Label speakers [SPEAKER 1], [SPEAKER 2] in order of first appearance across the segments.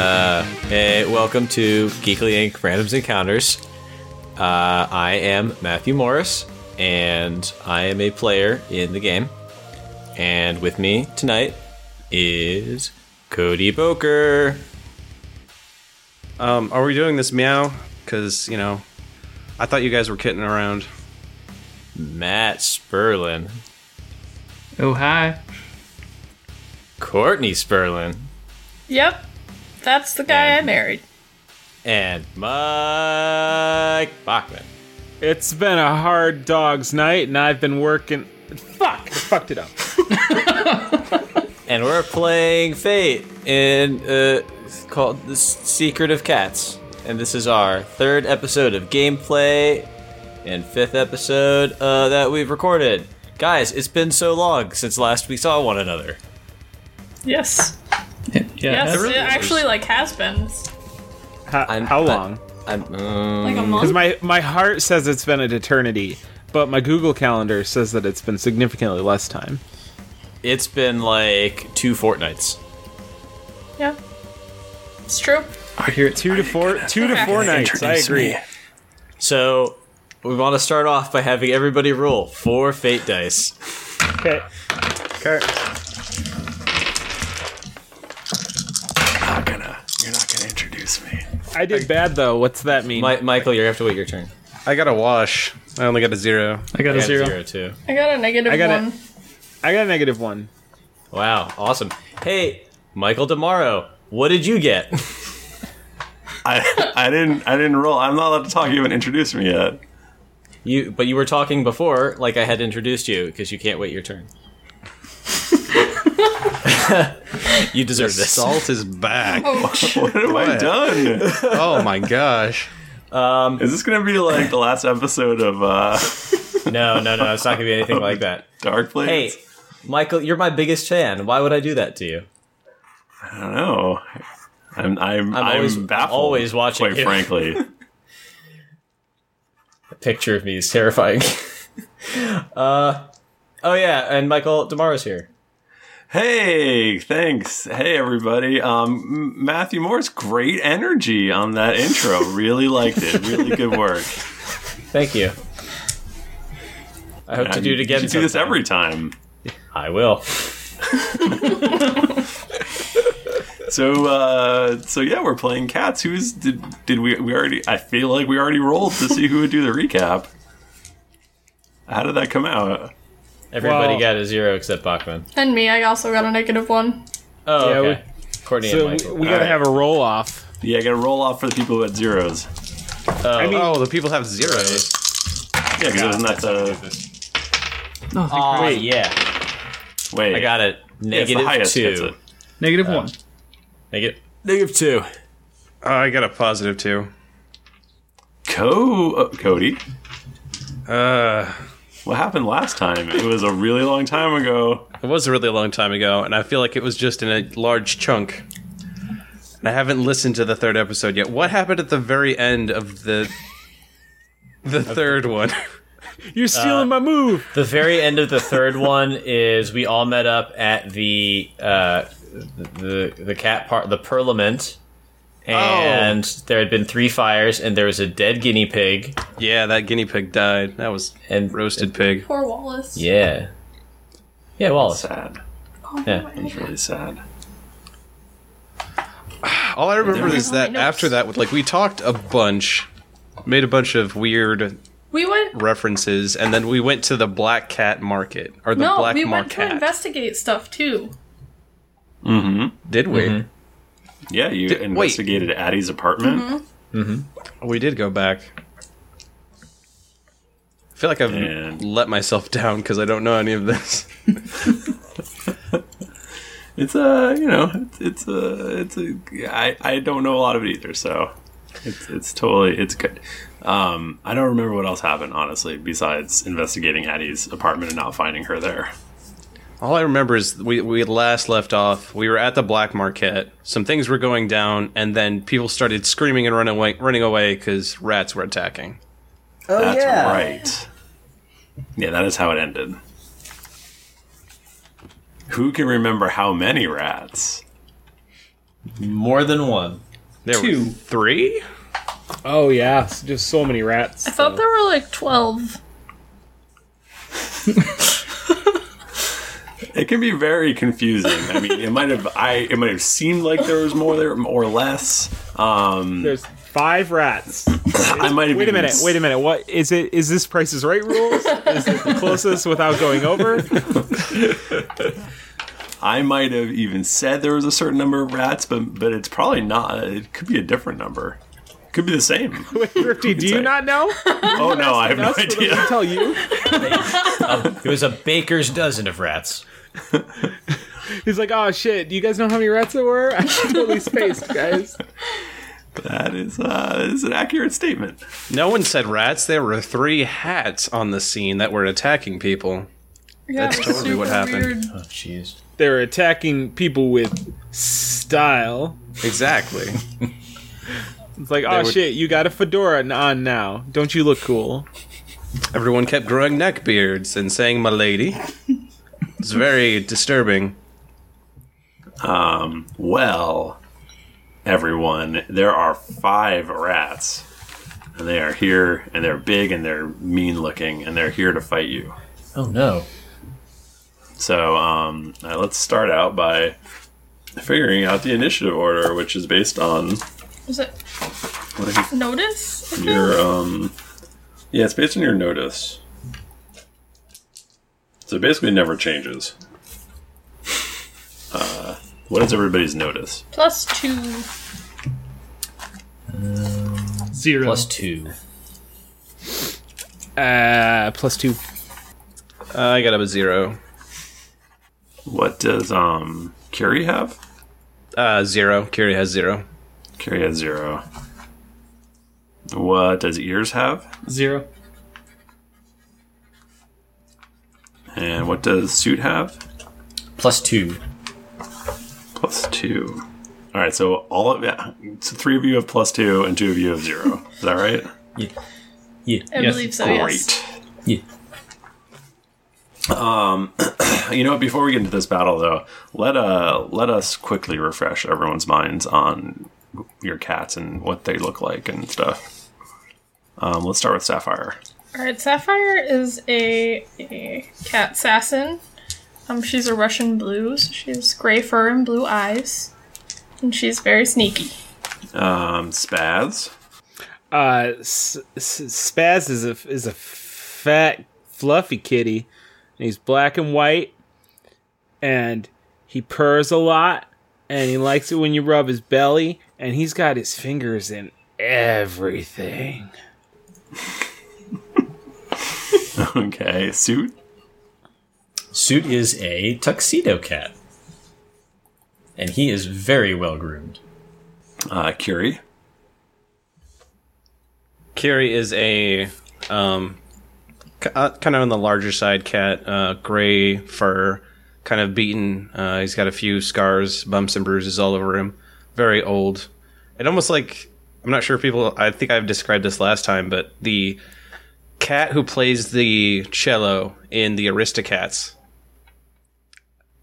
[SPEAKER 1] Uh, welcome to Geekly Inc. Randoms Encounters. Uh, I am Matthew Morris, and I am a player in the game. And with me tonight is Cody Boker.
[SPEAKER 2] Um, are we doing this meow? Because you know, I thought you guys were kidding around.
[SPEAKER 1] Matt Sperlin,
[SPEAKER 3] Oh, hi.
[SPEAKER 1] Courtney Sperlin,
[SPEAKER 4] Yep. That's the guy I married.
[SPEAKER 1] and Mike Bachman.
[SPEAKER 5] It's been a hard dog's night, and I've been working. Fuck! I fucked it up.
[SPEAKER 1] And we're playing Fate in uh, it's called The Secret of Cats. And this is our third episode of gameplay and fifth episode uh, that we've recorded. Guys, it's been so long since last we saw one another.
[SPEAKER 4] Yes.
[SPEAKER 3] Yeah,
[SPEAKER 4] Yes,
[SPEAKER 3] that's-
[SPEAKER 4] it actually like has been It's
[SPEAKER 5] How,
[SPEAKER 1] I'm-
[SPEAKER 5] how
[SPEAKER 1] I-
[SPEAKER 5] long?
[SPEAKER 1] I'm, um,
[SPEAKER 4] like a
[SPEAKER 5] Because
[SPEAKER 4] month.
[SPEAKER 5] my my heart says it's been an eternity, but my Google Calendar says that it's been significantly less time.
[SPEAKER 1] it's been like two fortnights.
[SPEAKER 4] yeah. It's true.
[SPEAKER 3] I hear it's
[SPEAKER 5] Two to four, two to four nights. I agree.
[SPEAKER 1] So we want to start off by having everybody roll four Fate dice.
[SPEAKER 5] Okay.
[SPEAKER 2] Okay.
[SPEAKER 6] not gonna you're not gonna introduce me.
[SPEAKER 5] I did bad though. What's that mean?
[SPEAKER 1] Mi- Michael, you're going to have to wait your turn.
[SPEAKER 2] I got a wash. I only got a zero.
[SPEAKER 3] I got a
[SPEAKER 1] I got a
[SPEAKER 3] zero.
[SPEAKER 1] zero, too.
[SPEAKER 4] I got a negative
[SPEAKER 5] I got
[SPEAKER 4] one.
[SPEAKER 5] it. I got a negative one.
[SPEAKER 1] Wow, awesome. Hey, Michael DeMauro, what did you get?
[SPEAKER 6] I I didn't I didn't roll. I'm not allowed to talk. You haven't introduced me yet.
[SPEAKER 1] You, but you were talking before, like I had introduced you, because you can't wait your turn. you deserve this.
[SPEAKER 2] Salt is back.
[SPEAKER 6] What have I done?
[SPEAKER 2] oh my gosh.
[SPEAKER 6] Is this gonna be like the last episode of uh,
[SPEAKER 1] No, no, no, it's not gonna be anything like that.
[SPEAKER 6] Dark Place?
[SPEAKER 1] Hey, Michael, you're my biggest fan. Why would I do that to you?
[SPEAKER 6] I don't know. I'm I'm I'm,
[SPEAKER 1] always-
[SPEAKER 6] baffled.
[SPEAKER 1] always watching
[SPEAKER 6] Quite
[SPEAKER 1] you.
[SPEAKER 6] frankly,
[SPEAKER 1] A picture of me is terrifying. uh, oh yeah, and Michael Damaro's here.
[SPEAKER 6] hey, thanks. Hey everybody. Um, M- Matthew Moore's great energy on that intro. really liked it. Really good work.
[SPEAKER 1] Thank you. I hope to do it again.
[SPEAKER 6] You should do this
[SPEAKER 1] sometime.
[SPEAKER 6] every time.
[SPEAKER 1] I will.
[SPEAKER 6] So uh so yeah, we're playing cats. Who's did did we we already I feel like we already rolled to see who would do the recap. How did that come out?
[SPEAKER 1] Everybody
[SPEAKER 5] Well-
[SPEAKER 1] got a zero except Bachman.
[SPEAKER 4] And me, I also got a negative one.
[SPEAKER 1] Oh,
[SPEAKER 5] Yeah,
[SPEAKER 1] okay. Courtney
[SPEAKER 5] So
[SPEAKER 1] and
[SPEAKER 5] we,
[SPEAKER 1] Michael.
[SPEAKER 5] we gotta
[SPEAKER 6] All right.
[SPEAKER 5] have a roll off.
[SPEAKER 6] Yeah, I gotta roll off for the people who had zeros.
[SPEAKER 2] Oh, the people have zeros.
[SPEAKER 6] Yeah, because isn't that the
[SPEAKER 3] Oh,
[SPEAKER 1] Aw,
[SPEAKER 5] Wait.
[SPEAKER 1] yeah,
[SPEAKER 6] wait.
[SPEAKER 1] I got it.
[SPEAKER 6] yeah, it's
[SPEAKER 1] Negative
[SPEAKER 6] the highest gets
[SPEAKER 1] two.
[SPEAKER 6] it.
[SPEAKER 3] negative one.
[SPEAKER 1] Negative. Negative two.
[SPEAKER 2] Oh, I got a positive two.
[SPEAKER 6] Co uh, Cody.
[SPEAKER 2] Uh,
[SPEAKER 6] What happened last time? It was a really long time ago.
[SPEAKER 2] it was a really long time ago, Oh, and I feel like it was just in a large chunk. And I haven't listened to the third episode yet. What happened at the very end of the the third one? Uh,
[SPEAKER 5] You're stealing my move.
[SPEAKER 1] The very end of the third one is we all met up at the uh, the the cat part the Parliament, and there had been three fires, and there was a dead guinea pig,
[SPEAKER 2] yeah, that guinea pig died. That was
[SPEAKER 1] and
[SPEAKER 2] roasted pig.
[SPEAKER 4] Poor Wallace.
[SPEAKER 1] yeah, yeah, Wallace.
[SPEAKER 6] Sad.
[SPEAKER 4] Oh,
[SPEAKER 1] Yeah.
[SPEAKER 6] It was really sad.
[SPEAKER 2] All I remember is that
[SPEAKER 4] notes.
[SPEAKER 2] after that, like we talked a bunch, made a bunch of weird
[SPEAKER 4] We went.
[SPEAKER 2] references, and then we went to the Black Cat Market or the
[SPEAKER 4] No,
[SPEAKER 2] Black
[SPEAKER 4] we went to
[SPEAKER 2] Market.
[SPEAKER 4] investigate stuff too.
[SPEAKER 2] Did we?
[SPEAKER 5] Mm-hmm.
[SPEAKER 6] Yeah, you
[SPEAKER 2] Did- wait.
[SPEAKER 6] investigated Addie's apartment.
[SPEAKER 2] We did go back. I feel like I've
[SPEAKER 6] And-
[SPEAKER 2] let myself down because I don't know any of this.
[SPEAKER 6] It's a, you know, it's, it's a, it's a. I, I don't know a lot of it either, so it's it's totally it's good. Um, I don't remember what else happened honestly, besides investigating Addie's apartment and not finding her there.
[SPEAKER 2] All I remember is we, we last left off. We were at the Black Market. Some things were going down, and then people started screaming and running away, running away because rats were attacking.
[SPEAKER 6] Oh, That's right. Yeah, that is how it ended. Who can remember how many rats?
[SPEAKER 1] More than one.
[SPEAKER 2] There were
[SPEAKER 7] Two.
[SPEAKER 2] three.
[SPEAKER 8] Oh yeah, s- just so many rats.
[SPEAKER 4] I thought there were like 12.
[SPEAKER 6] It can be very confusing. I mean, it might have I it might have seemed like there was more there or less. Um,
[SPEAKER 8] There's five rats.
[SPEAKER 6] I might have
[SPEAKER 8] Wait a
[SPEAKER 6] been-
[SPEAKER 8] minute. Wait a minute. What is it? Is this Price is Right rules? Is it the closest without going over?
[SPEAKER 6] I might have even said there was a certain number of rats, but but it's probably not. It could be a different number. It could be the same.
[SPEAKER 8] Wait, Rifty, do you not know?
[SPEAKER 6] Oh no, I have no
[SPEAKER 8] That's what I'm gonna
[SPEAKER 6] idea.
[SPEAKER 8] tell you.
[SPEAKER 9] It was a baker's dozen of rats.
[SPEAKER 8] He's like, oh shit. Do you guys know how many rats there were? I totally spaced, guys.
[SPEAKER 6] That is uh, that is an accurate statement.
[SPEAKER 2] No one said rats. There were three hats on the scene that were attacking people.
[SPEAKER 4] Yeah,
[SPEAKER 2] That's
[SPEAKER 4] it was
[SPEAKER 2] totally what
[SPEAKER 4] super
[SPEAKER 2] happened.
[SPEAKER 4] weird.
[SPEAKER 9] Oh, jeez.
[SPEAKER 8] They were attacking people with style.
[SPEAKER 2] Exactly.
[SPEAKER 8] It's like, oh
[SPEAKER 2] were-
[SPEAKER 8] shit. You got a fedora n- on now. Don't you look cool?
[SPEAKER 2] Everyone kept growing neck beards and saying "my lady." It's very disturbing.
[SPEAKER 6] Um, well, everyone, there are five rats, and they are here, and they're big, and they're mean looking, and they're here to fight you.
[SPEAKER 9] Oh no.
[SPEAKER 6] So um, uh, let's start out by figuring out the initiative order, which is based on
[SPEAKER 4] Was it
[SPEAKER 6] like,
[SPEAKER 4] notice? I think?
[SPEAKER 6] your um yeah it's based on your notice so it basically never changes uh what is everybody's notice
[SPEAKER 4] Plus two.
[SPEAKER 7] Zero.
[SPEAKER 9] Plus two.
[SPEAKER 8] Uh, plus two.
[SPEAKER 2] Uh, I got up a zero.
[SPEAKER 6] what does um Carrie have
[SPEAKER 2] Uh, zero. Kiri has zero.
[SPEAKER 6] Carrie has zero what does ears have
[SPEAKER 7] Zero.
[SPEAKER 6] and what does suit have
[SPEAKER 9] Plus two.
[SPEAKER 6] plus two all right so all of yeah so three of you have plus two and two of you have zero is that right
[SPEAKER 9] Yeah.
[SPEAKER 4] I
[SPEAKER 9] Yes.
[SPEAKER 4] believe so, Oh, yes.
[SPEAKER 6] Great.
[SPEAKER 9] Yeah.
[SPEAKER 6] Um, you know, what, before we get into this battle, though, let uh let us quickly refresh everyone's minds on your cats and what they look like and stuff. Um, let's start with Sapphire.
[SPEAKER 4] Alright, Sapphire is a, a cat assassin. Um, she's a Russian blue, so she has gray fur and blue eyes. And she's very sneaky.
[SPEAKER 6] Um, Spaz.
[SPEAKER 8] Uh, S- S- Spaz is a is a fat, fluffy kitty, and he's black and white, and he purrs a lot, and he likes it when you rub his belly, and he's got his fingers in everything.
[SPEAKER 6] Okay, Suit.
[SPEAKER 9] Suit is a tuxedo cat. And he is very well groomed.
[SPEAKER 6] Uh, Curie.
[SPEAKER 2] Kiri is a um, k- uh, kind of on the larger side cat, uh, gray fur, kind of beaten. Uh, he's got a few scars, bumps, and bruises all over him. Very old. It almost like I'm not sure if people. I think I've described this last time, but the cat who plays the cello in the Aristocats.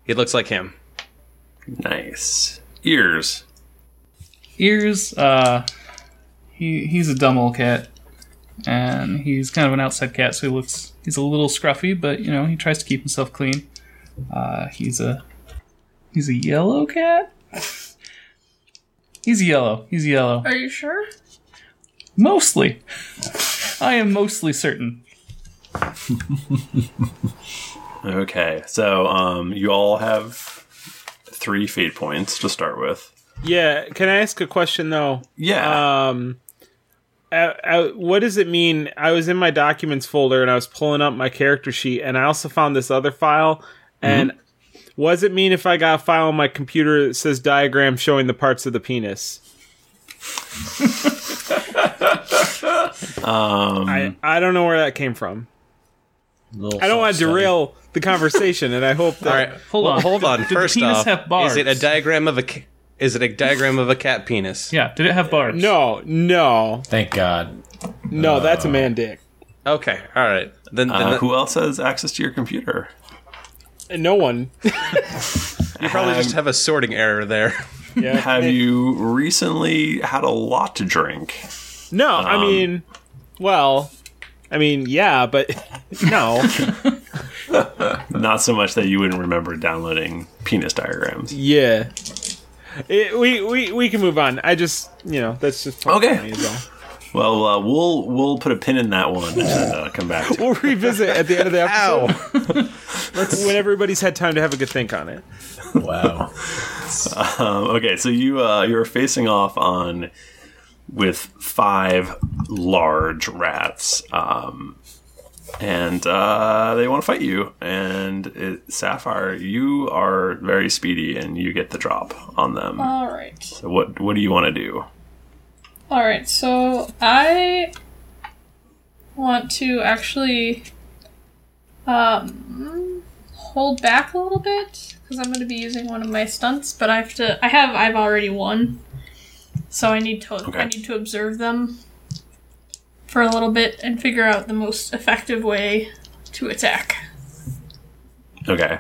[SPEAKER 2] He looks like him.
[SPEAKER 6] Nice. Ears.
[SPEAKER 7] Ears. Uh, he he's a dumb old cat, and he's kind of an outside cat, so he looks he's a little scruffy, but you know he tries to keep himself clean. Uh, he's a he's a yellow cat. he's yellow. He's yellow.
[SPEAKER 4] Are you sure?
[SPEAKER 7] Mostly. I am mostly certain.
[SPEAKER 6] Okay, so um, you all have three fate points to start with.
[SPEAKER 8] Yeah, can I ask a question though?
[SPEAKER 6] Yeah.
[SPEAKER 8] Um, I, I, what does it mean? I was in my documents folder and I was pulling up my character sheet, and I also found this other file. And
[SPEAKER 2] Mm-hmm.
[SPEAKER 8] what does it mean if I got a file on my computer that says diagram showing the parts of the penis?
[SPEAKER 6] um,
[SPEAKER 8] I, I don't know where that came from.
[SPEAKER 9] Little
[SPEAKER 8] I don't want to
[SPEAKER 9] self-study.
[SPEAKER 8] derail the conversation, and I hope that.
[SPEAKER 2] All right,
[SPEAKER 7] Hold on.
[SPEAKER 2] hold on.
[SPEAKER 7] Did the
[SPEAKER 2] First
[SPEAKER 7] penis
[SPEAKER 2] off,
[SPEAKER 7] have bars?
[SPEAKER 2] is it a diagram of a? ca- Is it a diagram of a cat penis?
[SPEAKER 7] Yeah, did it have barbs?
[SPEAKER 8] No, no,
[SPEAKER 9] Thank God.
[SPEAKER 8] no. that's
[SPEAKER 2] Uh,
[SPEAKER 8] a man dick.
[SPEAKER 2] Okay, all right. Then, then
[SPEAKER 6] uh,
[SPEAKER 2] that-
[SPEAKER 6] who else has access to your computer?
[SPEAKER 8] No one.
[SPEAKER 2] you probably just have a sorting error there.
[SPEAKER 8] Yeah.
[SPEAKER 6] Have you recently had a lot to drink?
[SPEAKER 8] No, I mean, well, I mean, yeah, but no.
[SPEAKER 6] Not so much that you wouldn't remember downloading penis diagrams.
[SPEAKER 8] yeah. It, we, we we can move on. I just you know that's just part of
[SPEAKER 6] Okay.
[SPEAKER 8] me is all.
[SPEAKER 6] Well, uh, we'll we'll put a pin in that one and uh, come back. to it.
[SPEAKER 8] We'll revisit at the end of the episode. Let's when everybody's had time to have a good think on it.
[SPEAKER 1] Wow.
[SPEAKER 6] Um, okay, so you uh, you're facing off on with five large rats, um, and uh, they want to fight you. And it, Sapphire, you are very speedy, and you get the drop on them.
[SPEAKER 4] All right.
[SPEAKER 6] So what what do you want to do?
[SPEAKER 4] All right, so I want to actually um, hold back a little bit because I'm going to be using one of my stunts, but I have to. I have. I've already won, so I need to.
[SPEAKER 6] Okay.
[SPEAKER 4] I need to observe them for a little bit and figure out the most effective way to attack.
[SPEAKER 6] Okay.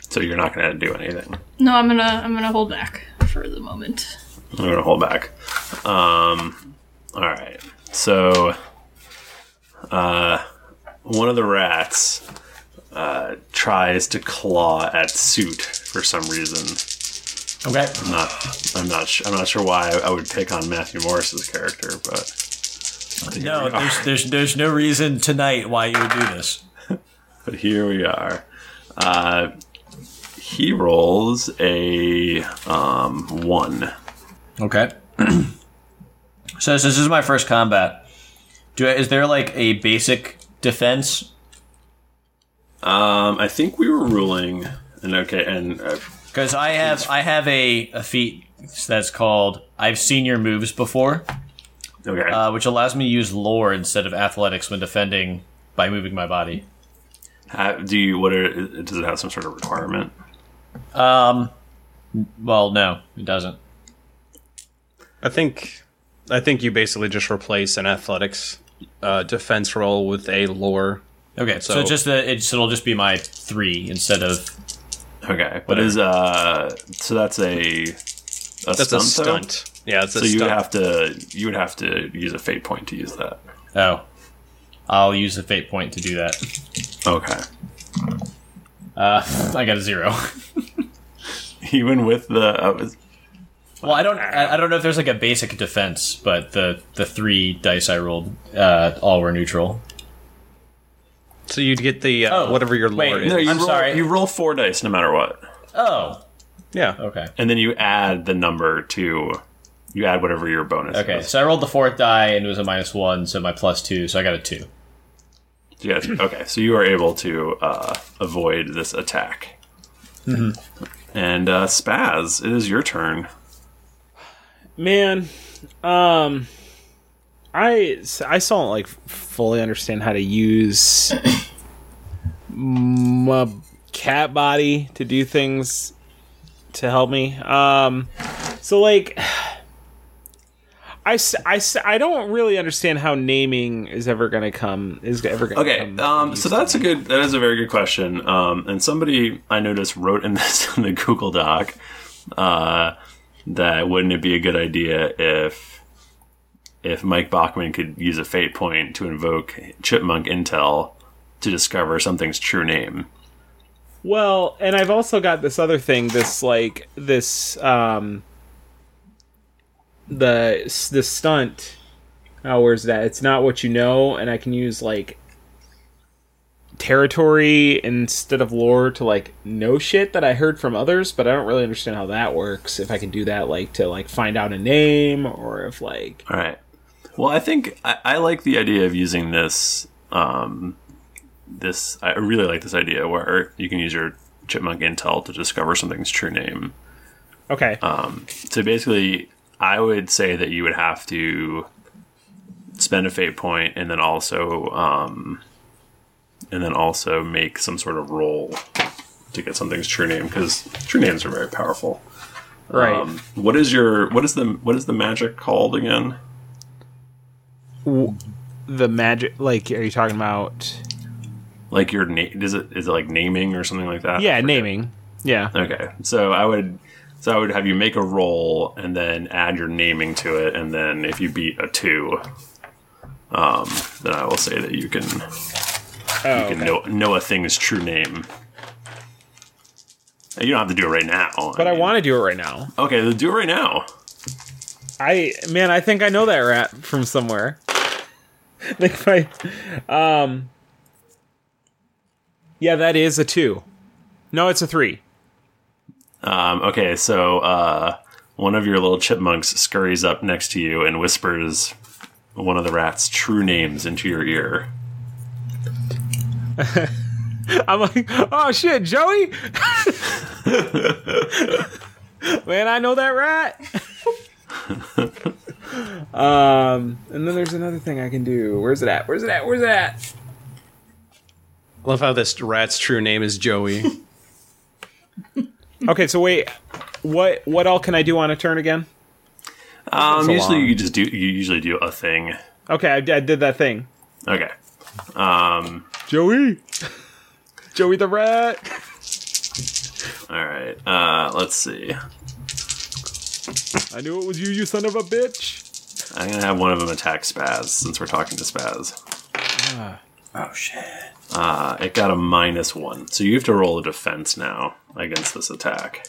[SPEAKER 6] So you're not going to do anything.
[SPEAKER 4] No, I'm gonna. I'm gonna hold back for the moment.
[SPEAKER 6] I'm gonna hold back. Um, all right. So, uh, one of the rats uh, tries to claw at suit for some reason.
[SPEAKER 1] Okay.
[SPEAKER 6] Not, I'm not. Sh- I'm not sure why I would pick on Matthew Morris's character, but
[SPEAKER 1] No, there's, there's there's no reason tonight why you would do this.
[SPEAKER 6] but here we are. Uh, he rolls a um, one.
[SPEAKER 1] Okay.
[SPEAKER 9] So since this is my first combat, do I, is there like a basic defense?
[SPEAKER 6] Um, I think we were ruling, and okay, and uh,
[SPEAKER 9] Because I have I have a, a feat that's called I've seen your moves before,
[SPEAKER 6] okay.
[SPEAKER 9] uh, which allows me to use lore instead of athletics when defending by moving my body.
[SPEAKER 6] Ha- do you? What are? Does it have some sort of requirement?
[SPEAKER 9] Well, no, it doesn't.
[SPEAKER 2] I think I think you basically just replace an athletics uh, defense roll with a lore.
[SPEAKER 9] Okay, so,
[SPEAKER 2] So-
[SPEAKER 9] just the it's, it'll just be my three instead of
[SPEAKER 6] Okay, but is uh? So that's a. a
[SPEAKER 2] That's a
[SPEAKER 6] though?
[SPEAKER 2] stunt. Yeah, it's a
[SPEAKER 6] So you would
[SPEAKER 2] stunt.
[SPEAKER 6] have to you would have to use a fate point to use that.
[SPEAKER 9] oh, I'll use the fate point to do that.
[SPEAKER 6] Okay.
[SPEAKER 9] I got a zero.
[SPEAKER 6] Even with the uh,
[SPEAKER 9] Well, I don't. I, I don't know if there's like a basic defense, but the the three dice I rolled uh, all were neutral.
[SPEAKER 2] so you'd get the uh,
[SPEAKER 9] Oh,
[SPEAKER 2] whatever your
[SPEAKER 9] wait.
[SPEAKER 2] lore is.
[SPEAKER 6] no, you
[SPEAKER 9] I'm
[SPEAKER 6] roll,
[SPEAKER 9] sorry.
[SPEAKER 6] you roll four dice no matter what,
[SPEAKER 9] Oh,
[SPEAKER 2] Yeah.
[SPEAKER 9] okay,
[SPEAKER 6] and then you add the number to you add whatever your bonus.
[SPEAKER 9] okay.
[SPEAKER 6] Is.
[SPEAKER 9] So I rolled the fourth die and it was a minus one, so my plus two, so I got a two.
[SPEAKER 6] You guys- okay, so you are able to uh, avoid this attack. And uh, Spaz, it is your turn.
[SPEAKER 8] Man, um, I I still don't like fully understand how to use my cat body to do things to help me. Um, so like, I, s- I, s- I don't really understand how naming is ever gonna come is ever gonna
[SPEAKER 6] Okay,
[SPEAKER 8] come
[SPEAKER 6] um, so that's a good. That is a very good question. Um, and somebody I noticed wrote in this in the Google Doc uh, that wouldn't it be a good idea if if Mike Bachman could use a fate point to invoke chipmunk intel to discover something's true name?
[SPEAKER 8] Well, and I've also got this other thing, this like this um the s- the stunt. Oh, where's that? It's not what you know, and I can use like territory instead of lore to like know shit that I heard from others, but I don't really understand how that works. If I can do that, like to like find out a name, or if like
[SPEAKER 6] All right. Well, I think I, I like the idea of using this. Um, this I really like this idea where you can use your chipmunk intel to discover something's true name.
[SPEAKER 8] okay,
[SPEAKER 6] So basically, I would say that you would have to spend a fate point and then also um, and then also make some sort of roll to get something's true name because true names are very powerful.
[SPEAKER 8] right.
[SPEAKER 6] Um, what is your what is the what is the magic called again?
[SPEAKER 8] W- the magic, like, are you talking about?
[SPEAKER 6] Like your name is it is it like naming or something like that?
[SPEAKER 8] Yeah, naming. Yeah.
[SPEAKER 6] Okay, so I would So I would have you make a roll and then add your naming to it, and then if you beat a two, um, then I will say that you can
[SPEAKER 8] Oh,
[SPEAKER 6] you can
[SPEAKER 8] okay.
[SPEAKER 6] know know a thing's true name. You don't have to do it right now.
[SPEAKER 8] But I want to do it right now.
[SPEAKER 6] Okay, then do it right now.
[SPEAKER 8] I man, I think I know that rat from somewhere. like my, um, yeah, that is a two. No, it's a three.
[SPEAKER 6] Um, okay, so uh, one of your little chipmunks scurries up next to you and whispers one of the rat's true names into your ear.
[SPEAKER 8] I'm like, oh shit, Joey. man, I know that rat. um, and then there's another thing I can do. Where's it at? Where's it at? Where's it at?
[SPEAKER 2] Love how this rat's true name is Joey.
[SPEAKER 8] Okay, so wait, what what all can I do on a turn again?
[SPEAKER 6] Um,
[SPEAKER 2] a
[SPEAKER 6] usually
[SPEAKER 2] lot.
[SPEAKER 6] you just do you usually do a thing.
[SPEAKER 8] Okay, I, I did that thing.
[SPEAKER 6] Okay. Um,
[SPEAKER 8] Joey. Joey the rat.
[SPEAKER 6] all right. Uh, let's see.
[SPEAKER 8] I knew it was you, you son of a bitch.
[SPEAKER 6] I'm gonna have one of them attack Spaz since we're talking to Spaz.
[SPEAKER 1] Oh shit.
[SPEAKER 6] Uh, it got a minus one, so you have to roll a defense now against this attack.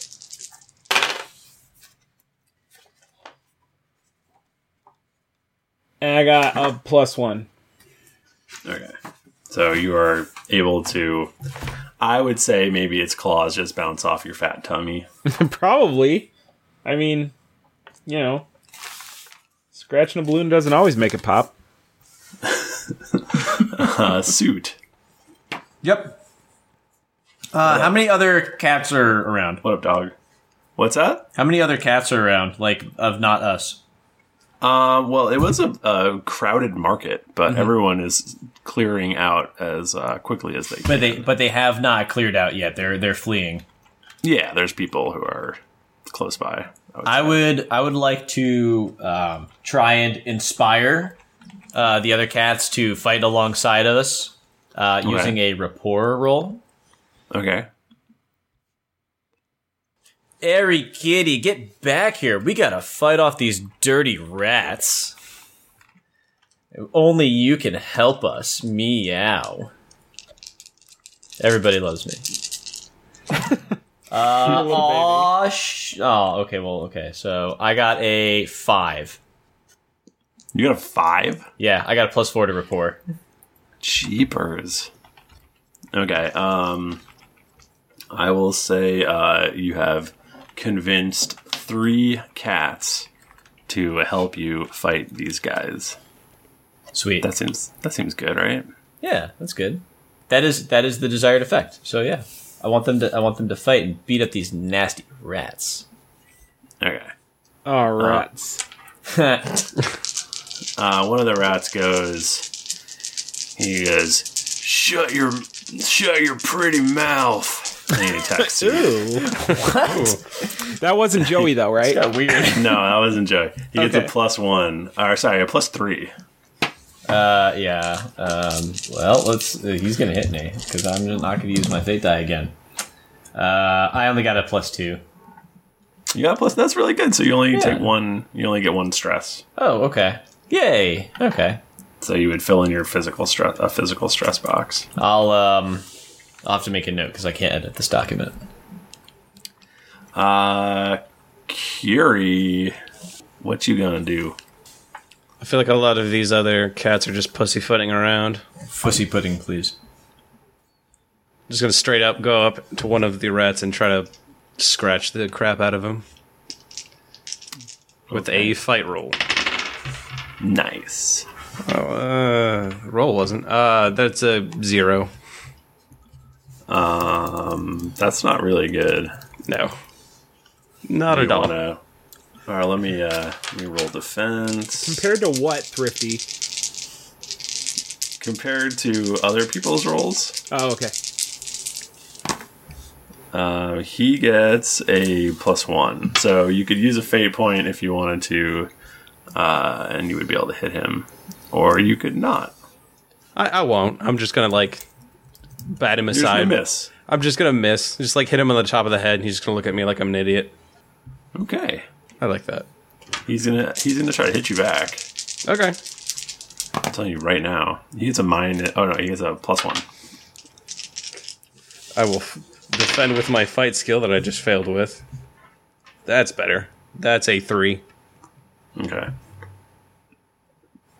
[SPEAKER 8] And I got a plus one.
[SPEAKER 6] Okay. So you are able to. I would say maybe its claws just bounce off your fat tummy.
[SPEAKER 8] Probably. I mean, you know, scratching a balloon doesn't always make it pop.
[SPEAKER 6] Uh, suit.
[SPEAKER 1] Yep. Uh, how many other cats are around?
[SPEAKER 6] What up, dog? What's that?
[SPEAKER 1] How many other cats are around? Like of not us.
[SPEAKER 6] Um, well, it was a, a crowded market, but
[SPEAKER 1] Mm-hmm.
[SPEAKER 6] everyone is clearing out as uh, quickly as they can.
[SPEAKER 1] But they but they have not cleared out yet. They're they're fleeing.
[SPEAKER 6] yeah, there's people who are close by. I would
[SPEAKER 1] I
[SPEAKER 6] say.
[SPEAKER 1] would I would like to um, try and inspire uh, the other cats to fight alongside of us uh, using a rapport roll.
[SPEAKER 6] Okay.
[SPEAKER 1] Airy kitty, get back here! We gotta fight off these dirty rats. Only you can help us. Meow. Everybody loves me. uh, aw, sh- oh, okay. Well, okay. So I got a five.
[SPEAKER 6] You got a five?
[SPEAKER 1] Yeah, I got a plus four to rapport.
[SPEAKER 6] Cheapers. Okay. Um, I will say uh, you have convinced three cats to help you fight these guys.
[SPEAKER 1] Sweet.
[SPEAKER 6] That seems that seems good, right?
[SPEAKER 1] yeah, that's good. That is that is the desired effect. So yeah, I want them to I want them to fight and beat up these nasty rats.
[SPEAKER 6] Okay.
[SPEAKER 8] Oh, rats.
[SPEAKER 6] Uh, one of the rats goes. He goes, "Shut your shut your pretty mouth." And he attacks you.
[SPEAKER 8] Ooh. Ooh. That wasn't Joey, though, right?
[SPEAKER 1] weird.
[SPEAKER 6] No, that wasn't Joey. He gets
[SPEAKER 8] Okay.
[SPEAKER 6] a plus one, or sorry, a plus three.
[SPEAKER 1] Uh, yeah. Um, well, let's. Uh, he's gonna hit me because I'm not gonna use my fate die again. Uh, I only got a plus two.
[SPEAKER 6] You got a plus. That's really good. So you only take one. You only get one stress.
[SPEAKER 1] Oh, okay. Yay. Okay.
[SPEAKER 6] So you would fill in your physical stress, a physical stress box.
[SPEAKER 1] I'll um, I'll have to make a note because I can't edit this document.
[SPEAKER 6] Uh, Curie, what you gonna do?
[SPEAKER 2] I feel like a lot of these other cats are just pussyfooting around.
[SPEAKER 1] Fussy pudding, please.
[SPEAKER 2] just gonna straight up go up to one of the rats and try to scratch the crap out of him with a fight roll.
[SPEAKER 6] Nice.
[SPEAKER 2] Oh, uh, roll wasn't. Uh, that's a zero.
[SPEAKER 6] Um, that's not really good.
[SPEAKER 2] No, not
[SPEAKER 6] You
[SPEAKER 2] at all.
[SPEAKER 6] wanna- All right, let me uh, let me roll defense
[SPEAKER 8] Compared to what, Thrifty?
[SPEAKER 6] compared to other people's rolls.
[SPEAKER 8] Oh, okay.
[SPEAKER 6] Uh, he gets a plus one, so you could use a fate point if you wanted to, uh, and you would be able to hit him, or you could not.
[SPEAKER 2] I, I won't. I'm just gonna like bat him
[SPEAKER 6] You're just
[SPEAKER 2] aside.
[SPEAKER 6] gonna miss.
[SPEAKER 2] I'm just gonna miss. Just like hit him on the top of the head, and he's just gonna look at me like I'm an idiot.
[SPEAKER 6] Okay.
[SPEAKER 2] I like that.
[SPEAKER 6] He's gonna he's gonna try to hit you back.
[SPEAKER 2] Okay.
[SPEAKER 6] I'm telling you right now. He gets a mine. Oh no, he gets a plus one.
[SPEAKER 2] I will f- defend with my fight skill that I just failed with. That's better. That's a three.
[SPEAKER 6] Okay.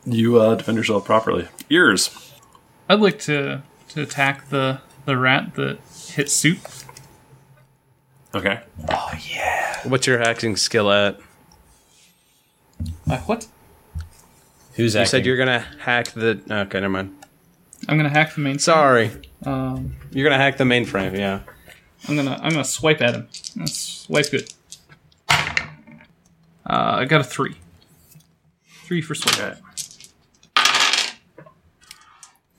[SPEAKER 6] You uh, defend yourself properly. Ears.
[SPEAKER 7] I'd like to to attack the the rat that hit soup.
[SPEAKER 6] Okay.
[SPEAKER 2] What's your hacking skill at?
[SPEAKER 7] Uh, what?
[SPEAKER 1] Who's
[SPEAKER 2] You
[SPEAKER 1] acting?
[SPEAKER 2] said you're gonna hack the. Okay, never mind.
[SPEAKER 7] I'm gonna hack the main.
[SPEAKER 2] Sorry,
[SPEAKER 7] Um,
[SPEAKER 2] you're gonna hack the mainframe. Yeah.
[SPEAKER 7] I'm gonna I'm gonna swipe at him. I'm gonna swipe good. Uh, I got a three. Three for swipe.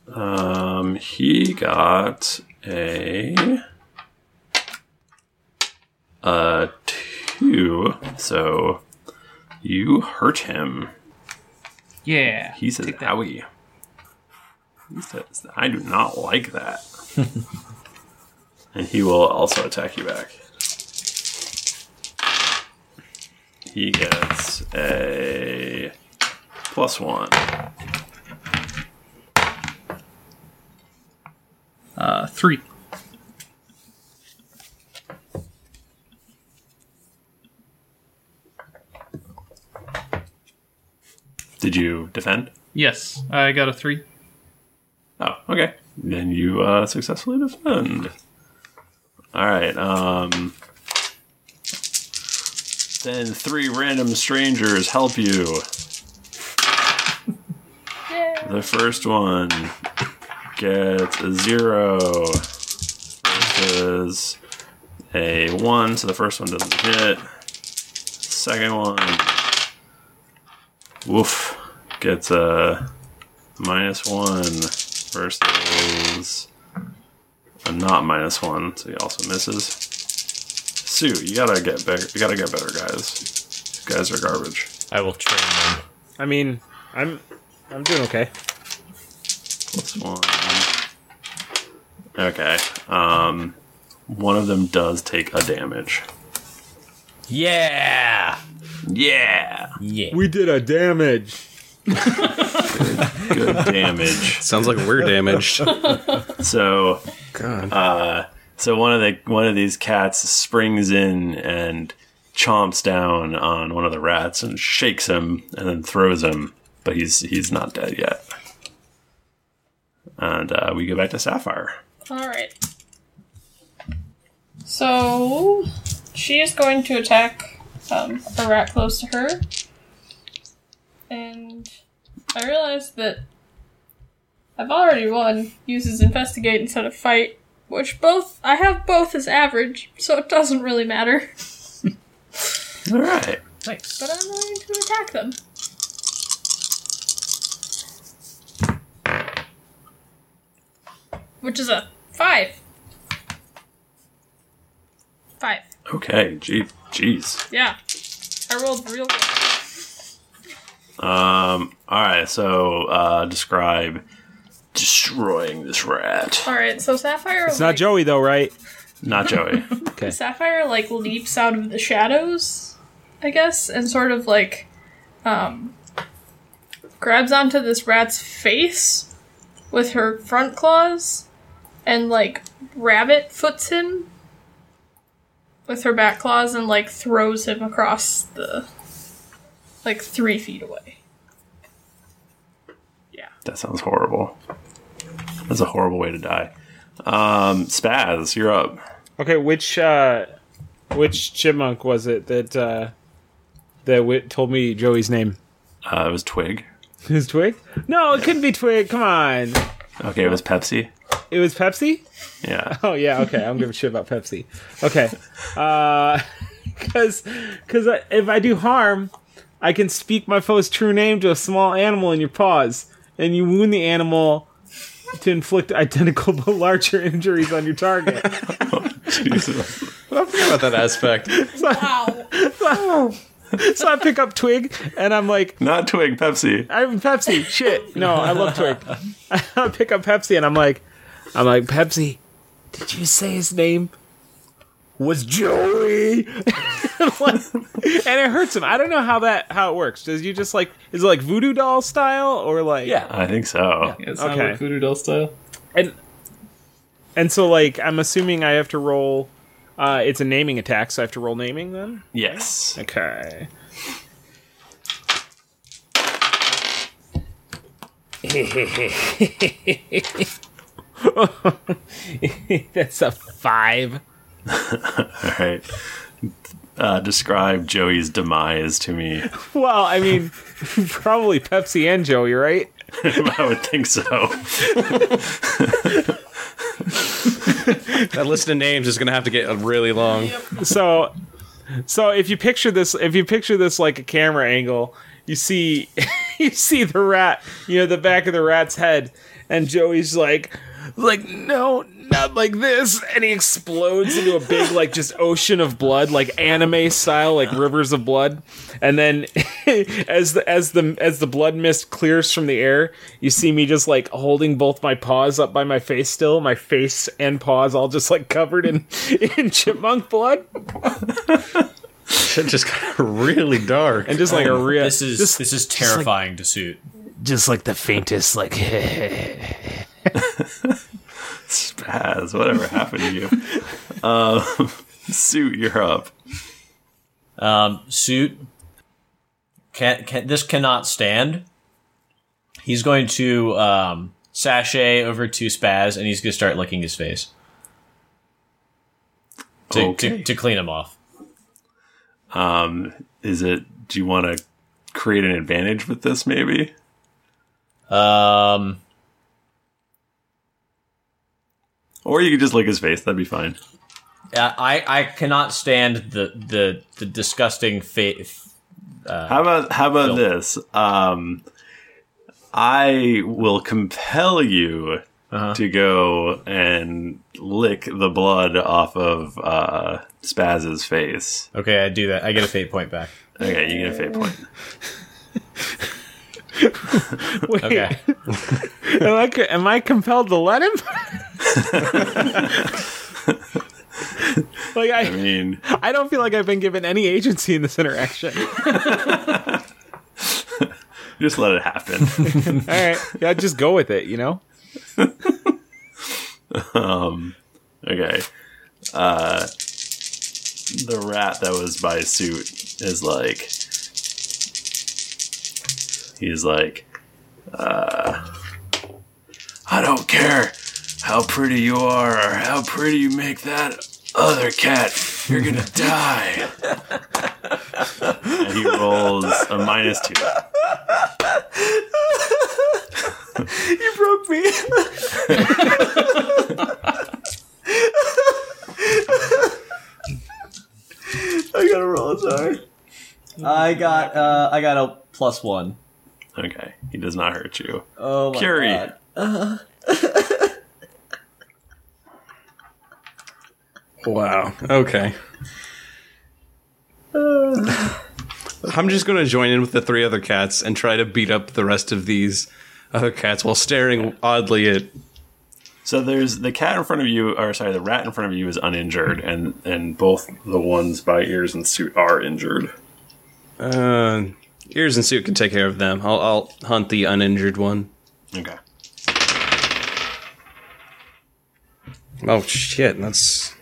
[SPEAKER 6] Okay. Um, he got a a uh, two, so you hurt him.
[SPEAKER 7] Yeah.
[SPEAKER 6] He says, "Owie." He says, "I do not like that," and he will also attack you back. He gets a plus one.
[SPEAKER 7] Uh, three.
[SPEAKER 6] Did you defend?
[SPEAKER 7] Yes, I got a three.
[SPEAKER 6] Oh, okay. Then you uh, successfully defend. All right. Um, then three random strangers help you.
[SPEAKER 4] Yeah.
[SPEAKER 6] The first one gets a zero versus a one, so the first one doesn't hit. Second one, woof, gets a minus one versus a not minus one, so he also misses. Sue, you gotta get better. You gotta get better, guys. These guys are garbage.
[SPEAKER 1] I will train them.
[SPEAKER 8] I mean, I'm I'm doing okay.
[SPEAKER 6] Plus one. Okay. Um, one of them does take a damage.
[SPEAKER 1] Yeah.
[SPEAKER 6] Yeah.
[SPEAKER 1] Yeah.
[SPEAKER 8] We did a damage.
[SPEAKER 6] Good damage.
[SPEAKER 2] Sounds like we're damaged.
[SPEAKER 6] So, uh,
[SPEAKER 2] God.
[SPEAKER 6] so one of the one of these cats springs in and chomps down on one of the rats and shakes him and then throws him, but he's he's not dead yet. And uh, we go back to Sapphire.
[SPEAKER 4] All right. So she is going to attack um, a rat close to her, and I realize that I've already won. Uses investigate instead of fight, which both I have both as average, so it doesn't really matter.
[SPEAKER 6] All right.
[SPEAKER 1] Nice.
[SPEAKER 4] But I'm going to attack them. Which is a five. Five.
[SPEAKER 6] Okay. Gee, jeez.
[SPEAKER 4] Yeah. I rolled real good.
[SPEAKER 6] Um. All right. So, uh, describe destroying this rat.
[SPEAKER 4] Alright, so Sapphire
[SPEAKER 8] It's not
[SPEAKER 4] like,
[SPEAKER 8] Joey though, right?
[SPEAKER 6] Not Joey.
[SPEAKER 4] Sapphire like leaps out of the shadows, I guess, and sort of like um grabs onto this rat's face with her front claws and like rabbit foots him with her back claws and like throws him across the like three feet away.
[SPEAKER 6] that sounds horrible. That's a horrible way to die. Um, Spaz, you're up.
[SPEAKER 8] Okay, which uh which chipmunk was it that uh that w- told me Joey's name?
[SPEAKER 6] Uh, it was Twig.
[SPEAKER 8] His Twig? No, it couldn't be Twig. Come on.
[SPEAKER 6] Okay, it was Pepsi.
[SPEAKER 8] It was Pepsi?
[SPEAKER 6] Yeah.
[SPEAKER 8] Oh yeah, okay. I don't give a shit about Pepsi. Okay, because because if I do harm, I can speak my foe's true name to a small animal in your paws, and you wound the animal to inflict identical but larger injuries on your target.
[SPEAKER 6] Jesus.
[SPEAKER 2] I forgot about that aspect.
[SPEAKER 4] Wow.
[SPEAKER 8] so I pick up Twig, and I'm like,
[SPEAKER 6] Not Twig, Pepsi.
[SPEAKER 8] I'm Pepsi. Shit, no, I love Twig. I pick up Pepsi, and I'm like, I'm like Pepsi. Did you say his name? Was Joey? like, and it hurts him. I don't know how that how it works. Does you just like is it like voodoo doll style or like
[SPEAKER 1] Yeah.
[SPEAKER 6] I think so.
[SPEAKER 7] It's
[SPEAKER 8] Okay.
[SPEAKER 7] not like voodoo doll style.
[SPEAKER 8] and and so like I'm assuming I have to roll. Uh, it's a naming attack, so I have to roll naming then.
[SPEAKER 6] Yes.
[SPEAKER 8] Okay. That's a five.
[SPEAKER 6] All right. Uh, describe Joey's demise to me.
[SPEAKER 8] Well, I mean, probably Pepsi and Joey, right?
[SPEAKER 6] I would think so.
[SPEAKER 2] That list of names is going to have to get uh, really long.
[SPEAKER 8] so so if you picture this if you picture this like a camera angle you see you see the rat you know the back of the rat's head and joey's like like no not like this and he explodes into a big like just ocean of blood like anime style like rivers of blood and then as the as the as the blood mist clears from the air you see me just like holding both my paws up by my face still my face and paws all just like covered in in chipmunk blood
[SPEAKER 2] Shit just got really dark.
[SPEAKER 8] and just like a real
[SPEAKER 1] This is
[SPEAKER 8] just,
[SPEAKER 1] this is terrifying to suit.
[SPEAKER 8] Um, just like the faintest like
[SPEAKER 6] Spaz, whatever happened to you? Um, suit, you're up.
[SPEAKER 1] Um, suit can, can this cannot stand. He's going to um, sashay over to Spaz and he's going to start licking his face to,
[SPEAKER 6] Okay.
[SPEAKER 1] to, to clean him off.
[SPEAKER 6] Um, is it? Do you want to create an advantage with this? Maybe.
[SPEAKER 1] Um,
[SPEAKER 6] Or you could just lick his face. That'd be fine.
[SPEAKER 1] I I cannot stand the the the disgusting face.
[SPEAKER 6] How about how about this? Um, I will compel you to go and lick the blood off of uh, Spaz's face.
[SPEAKER 1] Okay, I do that. I get a fate point back.
[SPEAKER 6] Okay, you get a fate point.
[SPEAKER 8] wait
[SPEAKER 1] Okay.
[SPEAKER 8] am, I, co- am I compelled to let him like I,
[SPEAKER 6] I mean,
[SPEAKER 8] I don't feel like I've been given any agency in this interaction
[SPEAKER 6] just let it happen.
[SPEAKER 8] all right yeah just go with it you know
[SPEAKER 6] Okay. Uh the rat that was by suit is like he's like uh I don't care how pretty you are or how pretty you make that other cat. You're going to die. and he rolls a minus 2.
[SPEAKER 1] You broke me. I gotta roll. Sorry. I got uh, I got a plus one.
[SPEAKER 6] Okay. He does not hurt you.
[SPEAKER 1] Oh my
[SPEAKER 6] Curie.
[SPEAKER 1] god.
[SPEAKER 2] Wow. Okay. I'm just going to join in with the three other cats and try to beat up the rest of these other cats while staring oddly at.
[SPEAKER 6] So there's the cat in front of you, or sorry, the rat in front of you is uninjured, and and both the ones by ears and suit are injured.
[SPEAKER 2] Uh, ears and suit can take care of them. I'll, I'll hunt the uninjured one.
[SPEAKER 6] Okay.
[SPEAKER 2] Oh shit! That's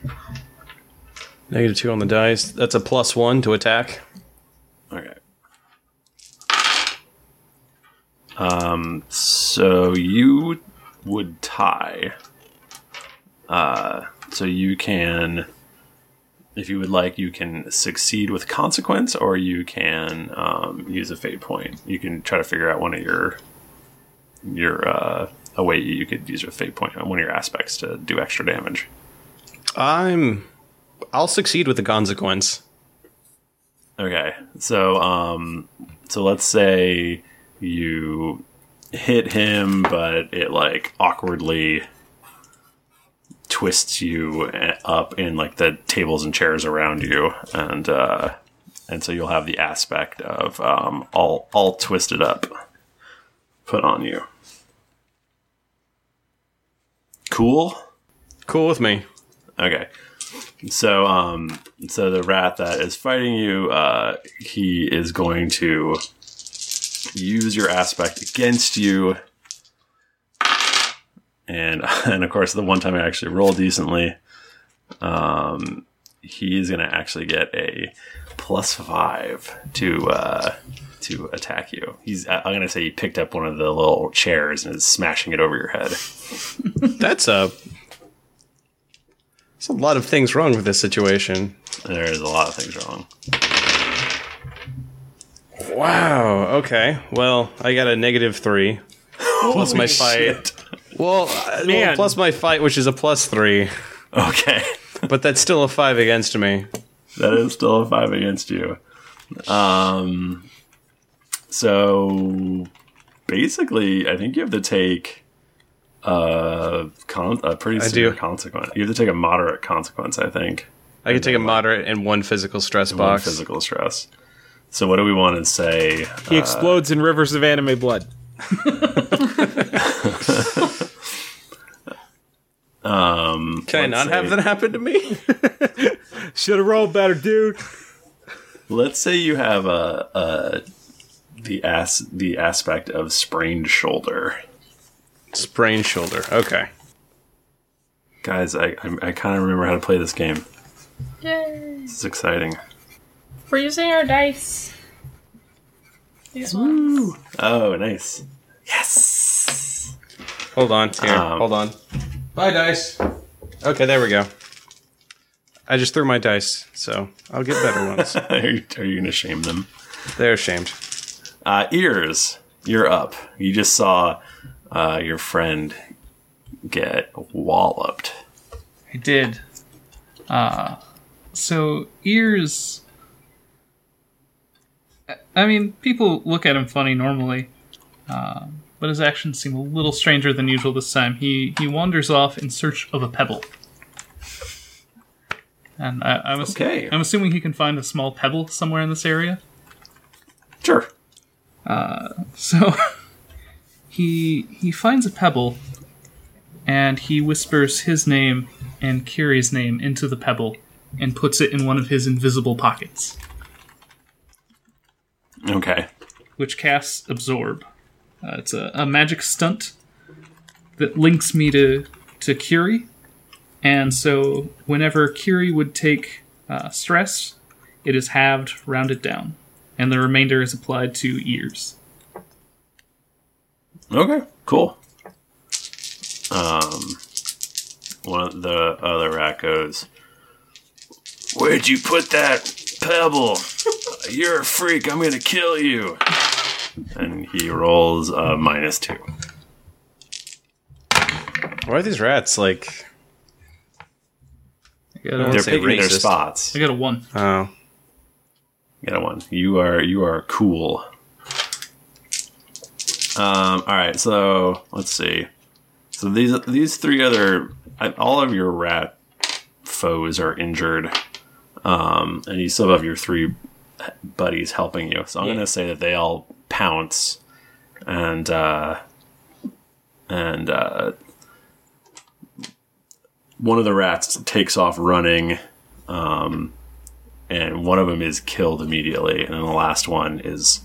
[SPEAKER 2] negative two on the dice. That's a plus one to attack.
[SPEAKER 6] Okay. Um. So you would tie. Uh. So you can, if you would like, you can succeed with consequence, or you can um, use a fate point. You can try to figure out one of your your uh. Oh wait, you could use your fate point on one of your aspects to do extra damage.
[SPEAKER 2] I'm. I'll succeed with the consequence.
[SPEAKER 6] Okay. So um so let's say you hit him but it like awkwardly twists you a- up in like the tables and chairs around you and uh and so you'll have the aspect of um all all twisted up put on you. Cool?
[SPEAKER 2] Cool with me.
[SPEAKER 6] Okay. So, um, so the rat that is fighting you, uh, he is going to use your aspect against you, and and of course, the one time I actually roll decently, um, he's going to actually get a plus five to uh, to attack you. He's I- I'm going to say he picked up one of the little chairs and is smashing it over your head.
[SPEAKER 2] That's a. There's a lot of things wrong with this situation.
[SPEAKER 6] There's a lot of things wrong.
[SPEAKER 2] Wow. Oh, Okay. Well, I got a negative three. Plus my fight. Well, uh, well,
[SPEAKER 8] Man.
[SPEAKER 2] plus my fight, which is a plus three,
[SPEAKER 6] Okay.
[SPEAKER 2] but that's still a five against me.
[SPEAKER 6] that is still a five against you. Um, so basically, I think you have to take a, con- a pretty
[SPEAKER 2] I
[SPEAKER 6] severe
[SPEAKER 2] do.
[SPEAKER 6] consequence. You have to take a moderate consequence, I think,
[SPEAKER 2] I could take a moderate and one physical stress
[SPEAKER 6] on
[SPEAKER 2] box.
[SPEAKER 6] physical stress. So what do we want to say? Um,
[SPEAKER 8] He explodes in rivers of anime blood.
[SPEAKER 2] Can I
[SPEAKER 6] Let's
[SPEAKER 2] not have
[SPEAKER 6] say-
[SPEAKER 2] that happen to me?
[SPEAKER 8] Should have rolled better, dude.
[SPEAKER 6] Let's say you have a, a the as the aspect of sprained shoulder.
[SPEAKER 2] Sprained shoulder. Okay.
[SPEAKER 6] Guys, I I, I kind of remember how to play this game.
[SPEAKER 4] Yay.
[SPEAKER 6] This is exciting.
[SPEAKER 4] We're using our dice. These ones.
[SPEAKER 6] Oh, nice. Yes.
[SPEAKER 2] Hold on. Here.
[SPEAKER 6] Um,
[SPEAKER 2] Hold on. Bye, dice. Okay, there we go. I just threw my dice, so I'll get better ones.
[SPEAKER 6] are you, are you going to shame them?
[SPEAKER 2] They're ashamed.
[SPEAKER 6] Uh, ears, you're up. You just saw uh, your friend get walloped.
[SPEAKER 7] I did. Uh, so ears. I- I mean, people look at him funny normally, uh, but his actions seem a little stranger than usual this time. He he wanders off in search of a pebble, and I, I'm assu-
[SPEAKER 6] Okay.
[SPEAKER 7] I'm assuming he can find a small pebble somewhere in this area.
[SPEAKER 6] Sure.
[SPEAKER 7] So he he finds a pebble and he whispers his name and Kiri's name into the pebble and puts it in one of his invisible pockets,
[SPEAKER 6] Okay.
[SPEAKER 7] which casts absorb. Uh, it's a, a magic stunt that links me to to Kiri, and so whenever Kiri would take uh, stress, it is halved, rounded down, and the remainder is applied to ears.
[SPEAKER 6] Okay. Cool. Um, one of the other rat goes, Where'd you put that pebble? You're a freak. I'm going to kill you. And he rolls uh, minus two.
[SPEAKER 2] Why are these rats like?
[SPEAKER 7] I got a,
[SPEAKER 6] They're
[SPEAKER 2] say
[SPEAKER 6] picking their
[SPEAKER 2] racist.
[SPEAKER 6] spots.
[SPEAKER 7] I got a one.
[SPEAKER 2] Oh,
[SPEAKER 6] Get a one. You are you are cool. Um, all right, so let's see. So these these three other I- all of your rat foes are injured, um, and you still have your three buddies helping you. So I'm gonna say that they all pounce, and uh, and uh, one of the rats takes off running and one of them is killed immediately, and then the last one is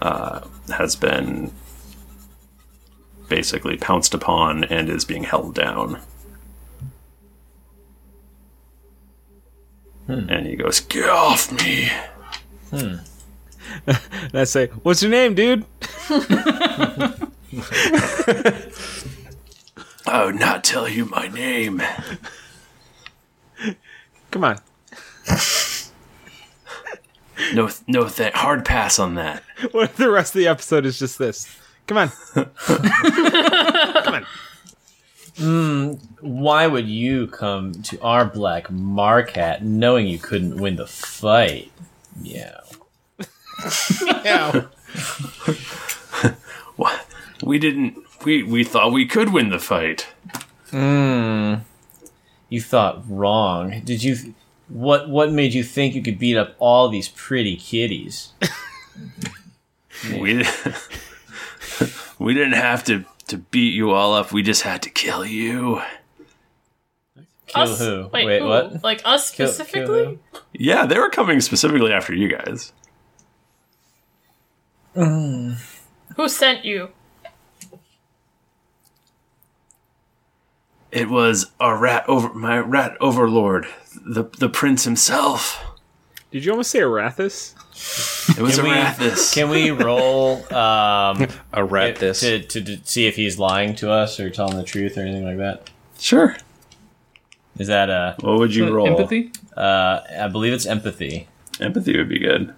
[SPEAKER 6] uh, has been basically pounced upon and is being held down. And he goes, "Get off me!"
[SPEAKER 8] And I say, "What's your name, dude?"
[SPEAKER 6] I would not tell you my name.
[SPEAKER 8] Come on.
[SPEAKER 6] No, no, th- hard pass on that.
[SPEAKER 8] What if the rest of the episode is just this? Come on.
[SPEAKER 1] Why would you come to our black marcat knowing you couldn't win the fight? Yeah.
[SPEAKER 6] What? We didn't. We we thought we could win the fight.
[SPEAKER 1] You thought wrong. Did you what what made you think you could beat up all these pretty kitties?
[SPEAKER 6] We we didn't have to to beat you all up. We just had to kill you.
[SPEAKER 1] Kill
[SPEAKER 4] us?
[SPEAKER 1] who?
[SPEAKER 4] Wait,
[SPEAKER 1] Wait,
[SPEAKER 4] who?
[SPEAKER 1] what?
[SPEAKER 4] Like us
[SPEAKER 1] Kill- kill
[SPEAKER 4] specifically?
[SPEAKER 1] who?
[SPEAKER 6] Yeah, they were coming specifically after you guys.
[SPEAKER 4] who sent you?
[SPEAKER 6] It was a rat over my rat overlord, the the prince himself.
[SPEAKER 8] Did you almost say Arathis?
[SPEAKER 6] It was
[SPEAKER 1] Can
[SPEAKER 6] a
[SPEAKER 1] we-
[SPEAKER 6] Arathis.
[SPEAKER 1] Can we roll um,
[SPEAKER 2] A rat this.
[SPEAKER 1] to, to d- see if he's lying to us or telling the truth or anything like that?
[SPEAKER 6] sure.
[SPEAKER 1] Is that a?
[SPEAKER 6] What would you roll?
[SPEAKER 7] Uh, Empathy?
[SPEAKER 1] Uh, I believe it's empathy.
[SPEAKER 6] Empathy would be good.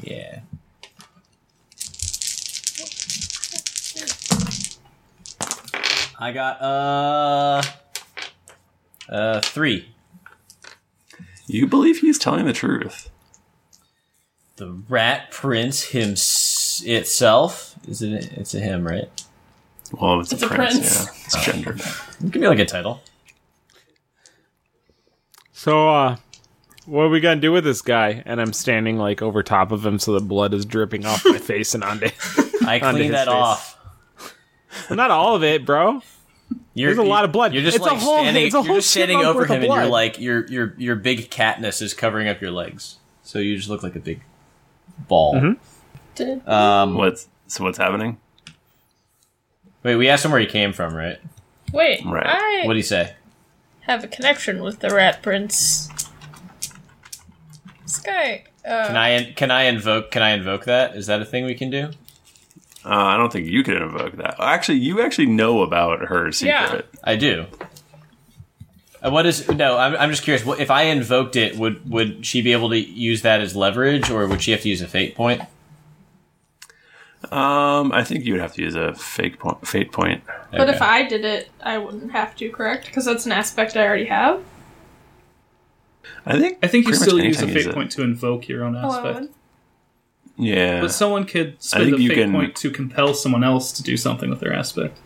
[SPEAKER 1] Yeah. I got uh uh three.
[SPEAKER 6] You believe he's telling the truth.
[SPEAKER 1] The Rat Prince hims itself is it? It's a him, right?
[SPEAKER 6] Well, it's,
[SPEAKER 4] It's
[SPEAKER 6] a,
[SPEAKER 4] a
[SPEAKER 6] prince.
[SPEAKER 4] prince.
[SPEAKER 6] Yeah,
[SPEAKER 7] Uh,
[SPEAKER 6] it's gendered.
[SPEAKER 1] Give me like a title.
[SPEAKER 8] So, uh, what are we gonna do with this guy? And I'm standing like over top of him, so the blood is dripping off my face and onto.
[SPEAKER 1] I
[SPEAKER 8] Onto
[SPEAKER 1] cleaned
[SPEAKER 8] his
[SPEAKER 1] that
[SPEAKER 8] face.
[SPEAKER 1] off.
[SPEAKER 8] Well, not all of it, bro.
[SPEAKER 1] You're,
[SPEAKER 8] There's a lot of blood.
[SPEAKER 1] You're just
[SPEAKER 8] It's a
[SPEAKER 1] like
[SPEAKER 8] whole-
[SPEAKER 1] standing.
[SPEAKER 8] it's a
[SPEAKER 1] you're
[SPEAKER 8] whole
[SPEAKER 1] just standing
[SPEAKER 8] shitload
[SPEAKER 1] over
[SPEAKER 8] worth of
[SPEAKER 1] him, and you're
[SPEAKER 8] blood.
[SPEAKER 1] like your your your big catness is covering up your legs, so you just look like a big ball.
[SPEAKER 8] Mm-hmm.
[SPEAKER 4] Did
[SPEAKER 1] Um,
[SPEAKER 6] What's so? What's happening?
[SPEAKER 1] wait, we asked him where he came from, right?
[SPEAKER 4] wait?
[SPEAKER 6] Right.
[SPEAKER 4] I
[SPEAKER 1] What do you say?
[SPEAKER 4] have a connection with the Rat Prince. This guy. Uh,
[SPEAKER 1] Can I can I invoke can I invoke that? Is that a thing we can do?
[SPEAKER 6] Uh, I don't think you could invoke that. Actually, you actually know about her secret.
[SPEAKER 1] I do. Uh, What is no? I'm, I'm just curious. What, if I invoked it, would would she be able to use that as leverage, or would she have to use a fate point?
[SPEAKER 6] Um, I think you would have to use a fake point, fate point.
[SPEAKER 4] But
[SPEAKER 1] Okay.
[SPEAKER 4] if I did it, I wouldn't have to, correct? Because that's an aspect I already have.
[SPEAKER 6] I think.
[SPEAKER 7] I think you
[SPEAKER 6] pretty much
[SPEAKER 7] still
[SPEAKER 6] anytime
[SPEAKER 7] use a
[SPEAKER 6] you
[SPEAKER 7] fate
[SPEAKER 6] it.
[SPEAKER 7] point to invoke your own
[SPEAKER 4] Oh, I
[SPEAKER 7] aspect.
[SPEAKER 4] would.
[SPEAKER 6] Yeah.
[SPEAKER 7] But someone could
[SPEAKER 6] I
[SPEAKER 7] spend
[SPEAKER 6] think
[SPEAKER 7] a
[SPEAKER 6] you
[SPEAKER 7] fate
[SPEAKER 6] can-
[SPEAKER 7] point to compel someone else to do something with their aspect.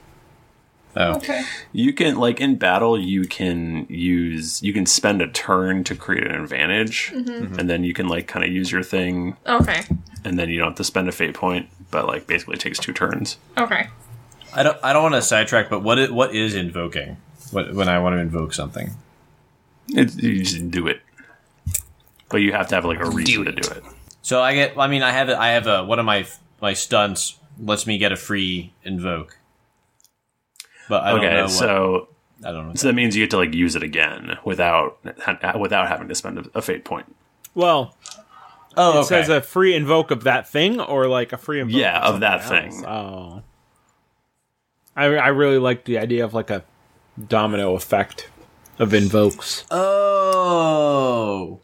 [SPEAKER 1] Oh,
[SPEAKER 4] Okay.
[SPEAKER 6] You can like in battle you can use you can spend a turn to create an advantage and then you can like kind of use your thing
[SPEAKER 1] Oh.
[SPEAKER 4] Okay.
[SPEAKER 6] and then you don't have to spend a fate point but like basically it takes two turns.
[SPEAKER 4] Okay.
[SPEAKER 1] I don't. I don't want to sidetrack. But what i- what is invoking? What when I want to invoke something?
[SPEAKER 6] It, you just do it. But you have to have like a reason to do it.
[SPEAKER 1] So I get. I mean, I have. a- I have a one of my my stunts lets me get a free invoke. But I don't know.
[SPEAKER 6] Okay,
[SPEAKER 1] What,
[SPEAKER 6] so
[SPEAKER 1] I don't know.
[SPEAKER 6] so that means you get to like use it again without ha- without having to spend a, a fate point.
[SPEAKER 8] Well,
[SPEAKER 1] Oh,
[SPEAKER 8] it
[SPEAKER 1] okay.
[SPEAKER 8] says a free invoke of that thing, or like a free invoke.
[SPEAKER 6] Yeah, of that
[SPEAKER 8] something
[SPEAKER 6] thing.
[SPEAKER 8] else. Oh, I I really like the idea of like a domino effect of invokes.
[SPEAKER 1] Uh, oh.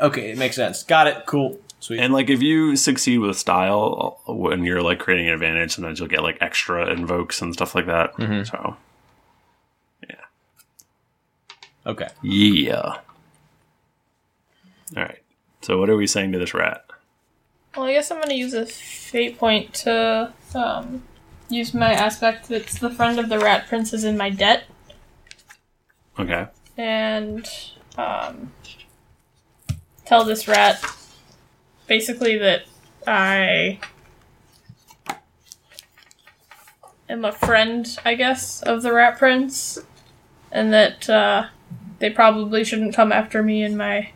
[SPEAKER 1] Okay, it makes sense. Got it. Cool. Sweet.
[SPEAKER 6] And like if you succeed with style when you're like creating an advantage, sometimes you'll get like extra invokes and stuff like that.
[SPEAKER 1] Mm-hmm.
[SPEAKER 6] So
[SPEAKER 1] okay.
[SPEAKER 6] Yeah. All right. So what are we saying to this rat?
[SPEAKER 4] Well, I guess I'm going to use a fate point to um, use my aspect that's the friend of the Rat Prince is in my debt.
[SPEAKER 6] Okay.
[SPEAKER 4] and um, tell this rat basically that I am a friend, I guess, of the rat prince, and that uh, they probably shouldn't come after me and my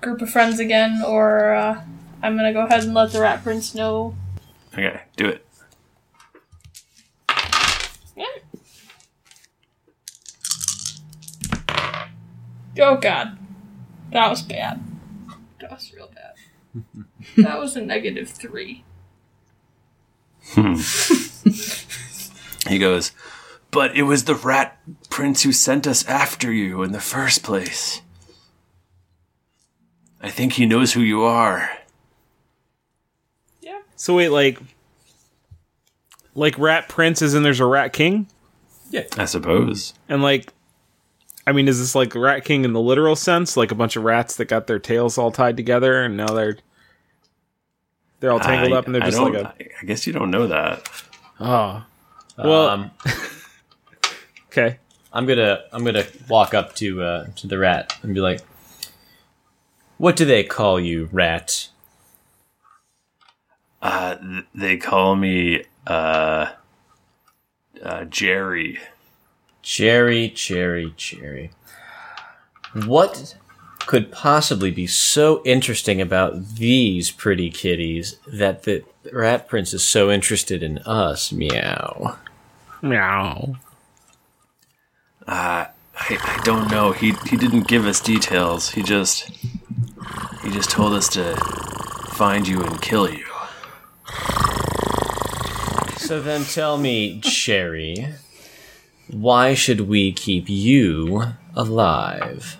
[SPEAKER 4] group of friends again, or uh, I'm gonna go ahead and let the rat prince know.
[SPEAKER 6] Okay. Do it.
[SPEAKER 4] Yeah. Oh god. That was bad. That was real bad. that was a negative three.
[SPEAKER 6] He goes, "But it was the rat prince who sent us after you in the first place. I think he knows who you are."
[SPEAKER 8] So wait, like, like Rat Prince is and there's a Rat King,
[SPEAKER 6] I suppose.
[SPEAKER 8] and like, I mean, is this like Rat King in the literal sense, like a bunch of rats that got their tails all tied together, and now they're they're all tangled
[SPEAKER 6] I,
[SPEAKER 8] up, and they're
[SPEAKER 6] I
[SPEAKER 8] just
[SPEAKER 6] don't- uh,
[SPEAKER 8] like a
[SPEAKER 6] I guess you don't know that.
[SPEAKER 8] oh, well,
[SPEAKER 1] um,
[SPEAKER 8] okay.
[SPEAKER 1] I'm gonna I'm gonna walk up to uh, to the rat and be like, "What do they call you, rat?"
[SPEAKER 6] Uh, th- they call me uh, uh, Jerry.
[SPEAKER 1] Cherry, cherry, cherry. What could possibly be so interesting about these pretty kitties that the rat prince is so interested in us? Meow.
[SPEAKER 8] Meow.
[SPEAKER 6] Uh, I, I don't know. He he didn't give us details. He just he just told us to find you and kill you.
[SPEAKER 1] So then tell me, Cherry, why should we keep you alive?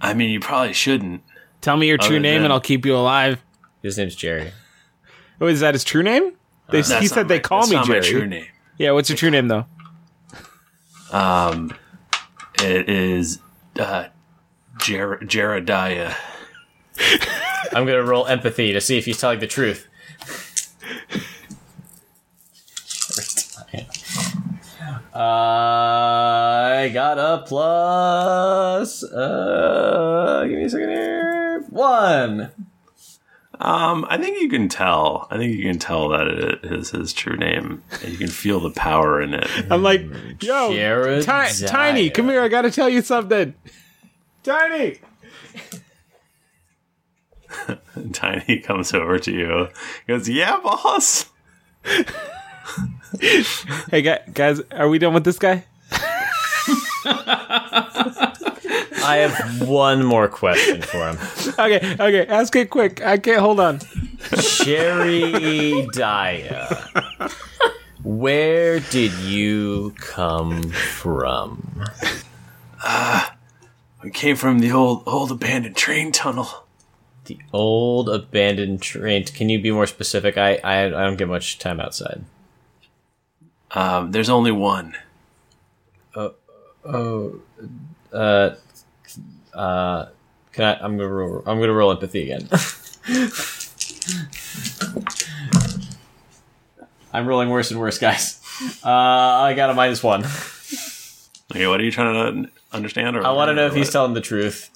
[SPEAKER 6] I mean, you probably shouldn't.
[SPEAKER 8] Tell me your true
[SPEAKER 6] Other
[SPEAKER 8] name
[SPEAKER 6] than-
[SPEAKER 8] and I'll keep you alive.
[SPEAKER 1] His name's Jerry.
[SPEAKER 8] Oh, is that his true name? They,
[SPEAKER 6] That's
[SPEAKER 8] he said
[SPEAKER 6] not
[SPEAKER 8] they
[SPEAKER 6] my-
[SPEAKER 8] call
[SPEAKER 6] that's
[SPEAKER 8] me
[SPEAKER 6] not
[SPEAKER 8] Jerry.
[SPEAKER 6] My true name.
[SPEAKER 8] Yeah, what's your true name though?
[SPEAKER 6] It is uh, Jer- Jerediah.
[SPEAKER 1] I'm gonna roll empathy to see if he's telling the truth. I got a plus. Uh, give me a second here. One.
[SPEAKER 6] Um, I think you can tell. I think you can tell that it is his true name. And you can feel the power in it.
[SPEAKER 8] I'm like,
[SPEAKER 6] Mm,
[SPEAKER 8] yo,
[SPEAKER 1] Jared
[SPEAKER 8] Ti- Tiny,
[SPEAKER 1] Dyer.
[SPEAKER 8] come here. I gotta tell you something. Tiny.
[SPEAKER 6] Tiny comes over to you. Goes, yeah, boss.
[SPEAKER 8] Hey gu- guys, are we done with this guy?
[SPEAKER 1] I have one more question for him.
[SPEAKER 8] Okay, okay. Ask it quick. I can't hold on.
[SPEAKER 1] Sherry Dyer, where did you come from?
[SPEAKER 6] We came from the old old abandoned train tunnel.
[SPEAKER 1] The old abandoned train. Can you be more specific? I I, I don't get much time outside.
[SPEAKER 6] Um, there's only one.
[SPEAKER 1] Can I? I'm gonna roll. I'm gonna roll empathy again. I'm rolling worse and worse, guys. Uh, I got a minus one.
[SPEAKER 6] Okay, what are you trying to understand? Or
[SPEAKER 1] I want to know if he's
[SPEAKER 6] what?
[SPEAKER 1] telling the truth.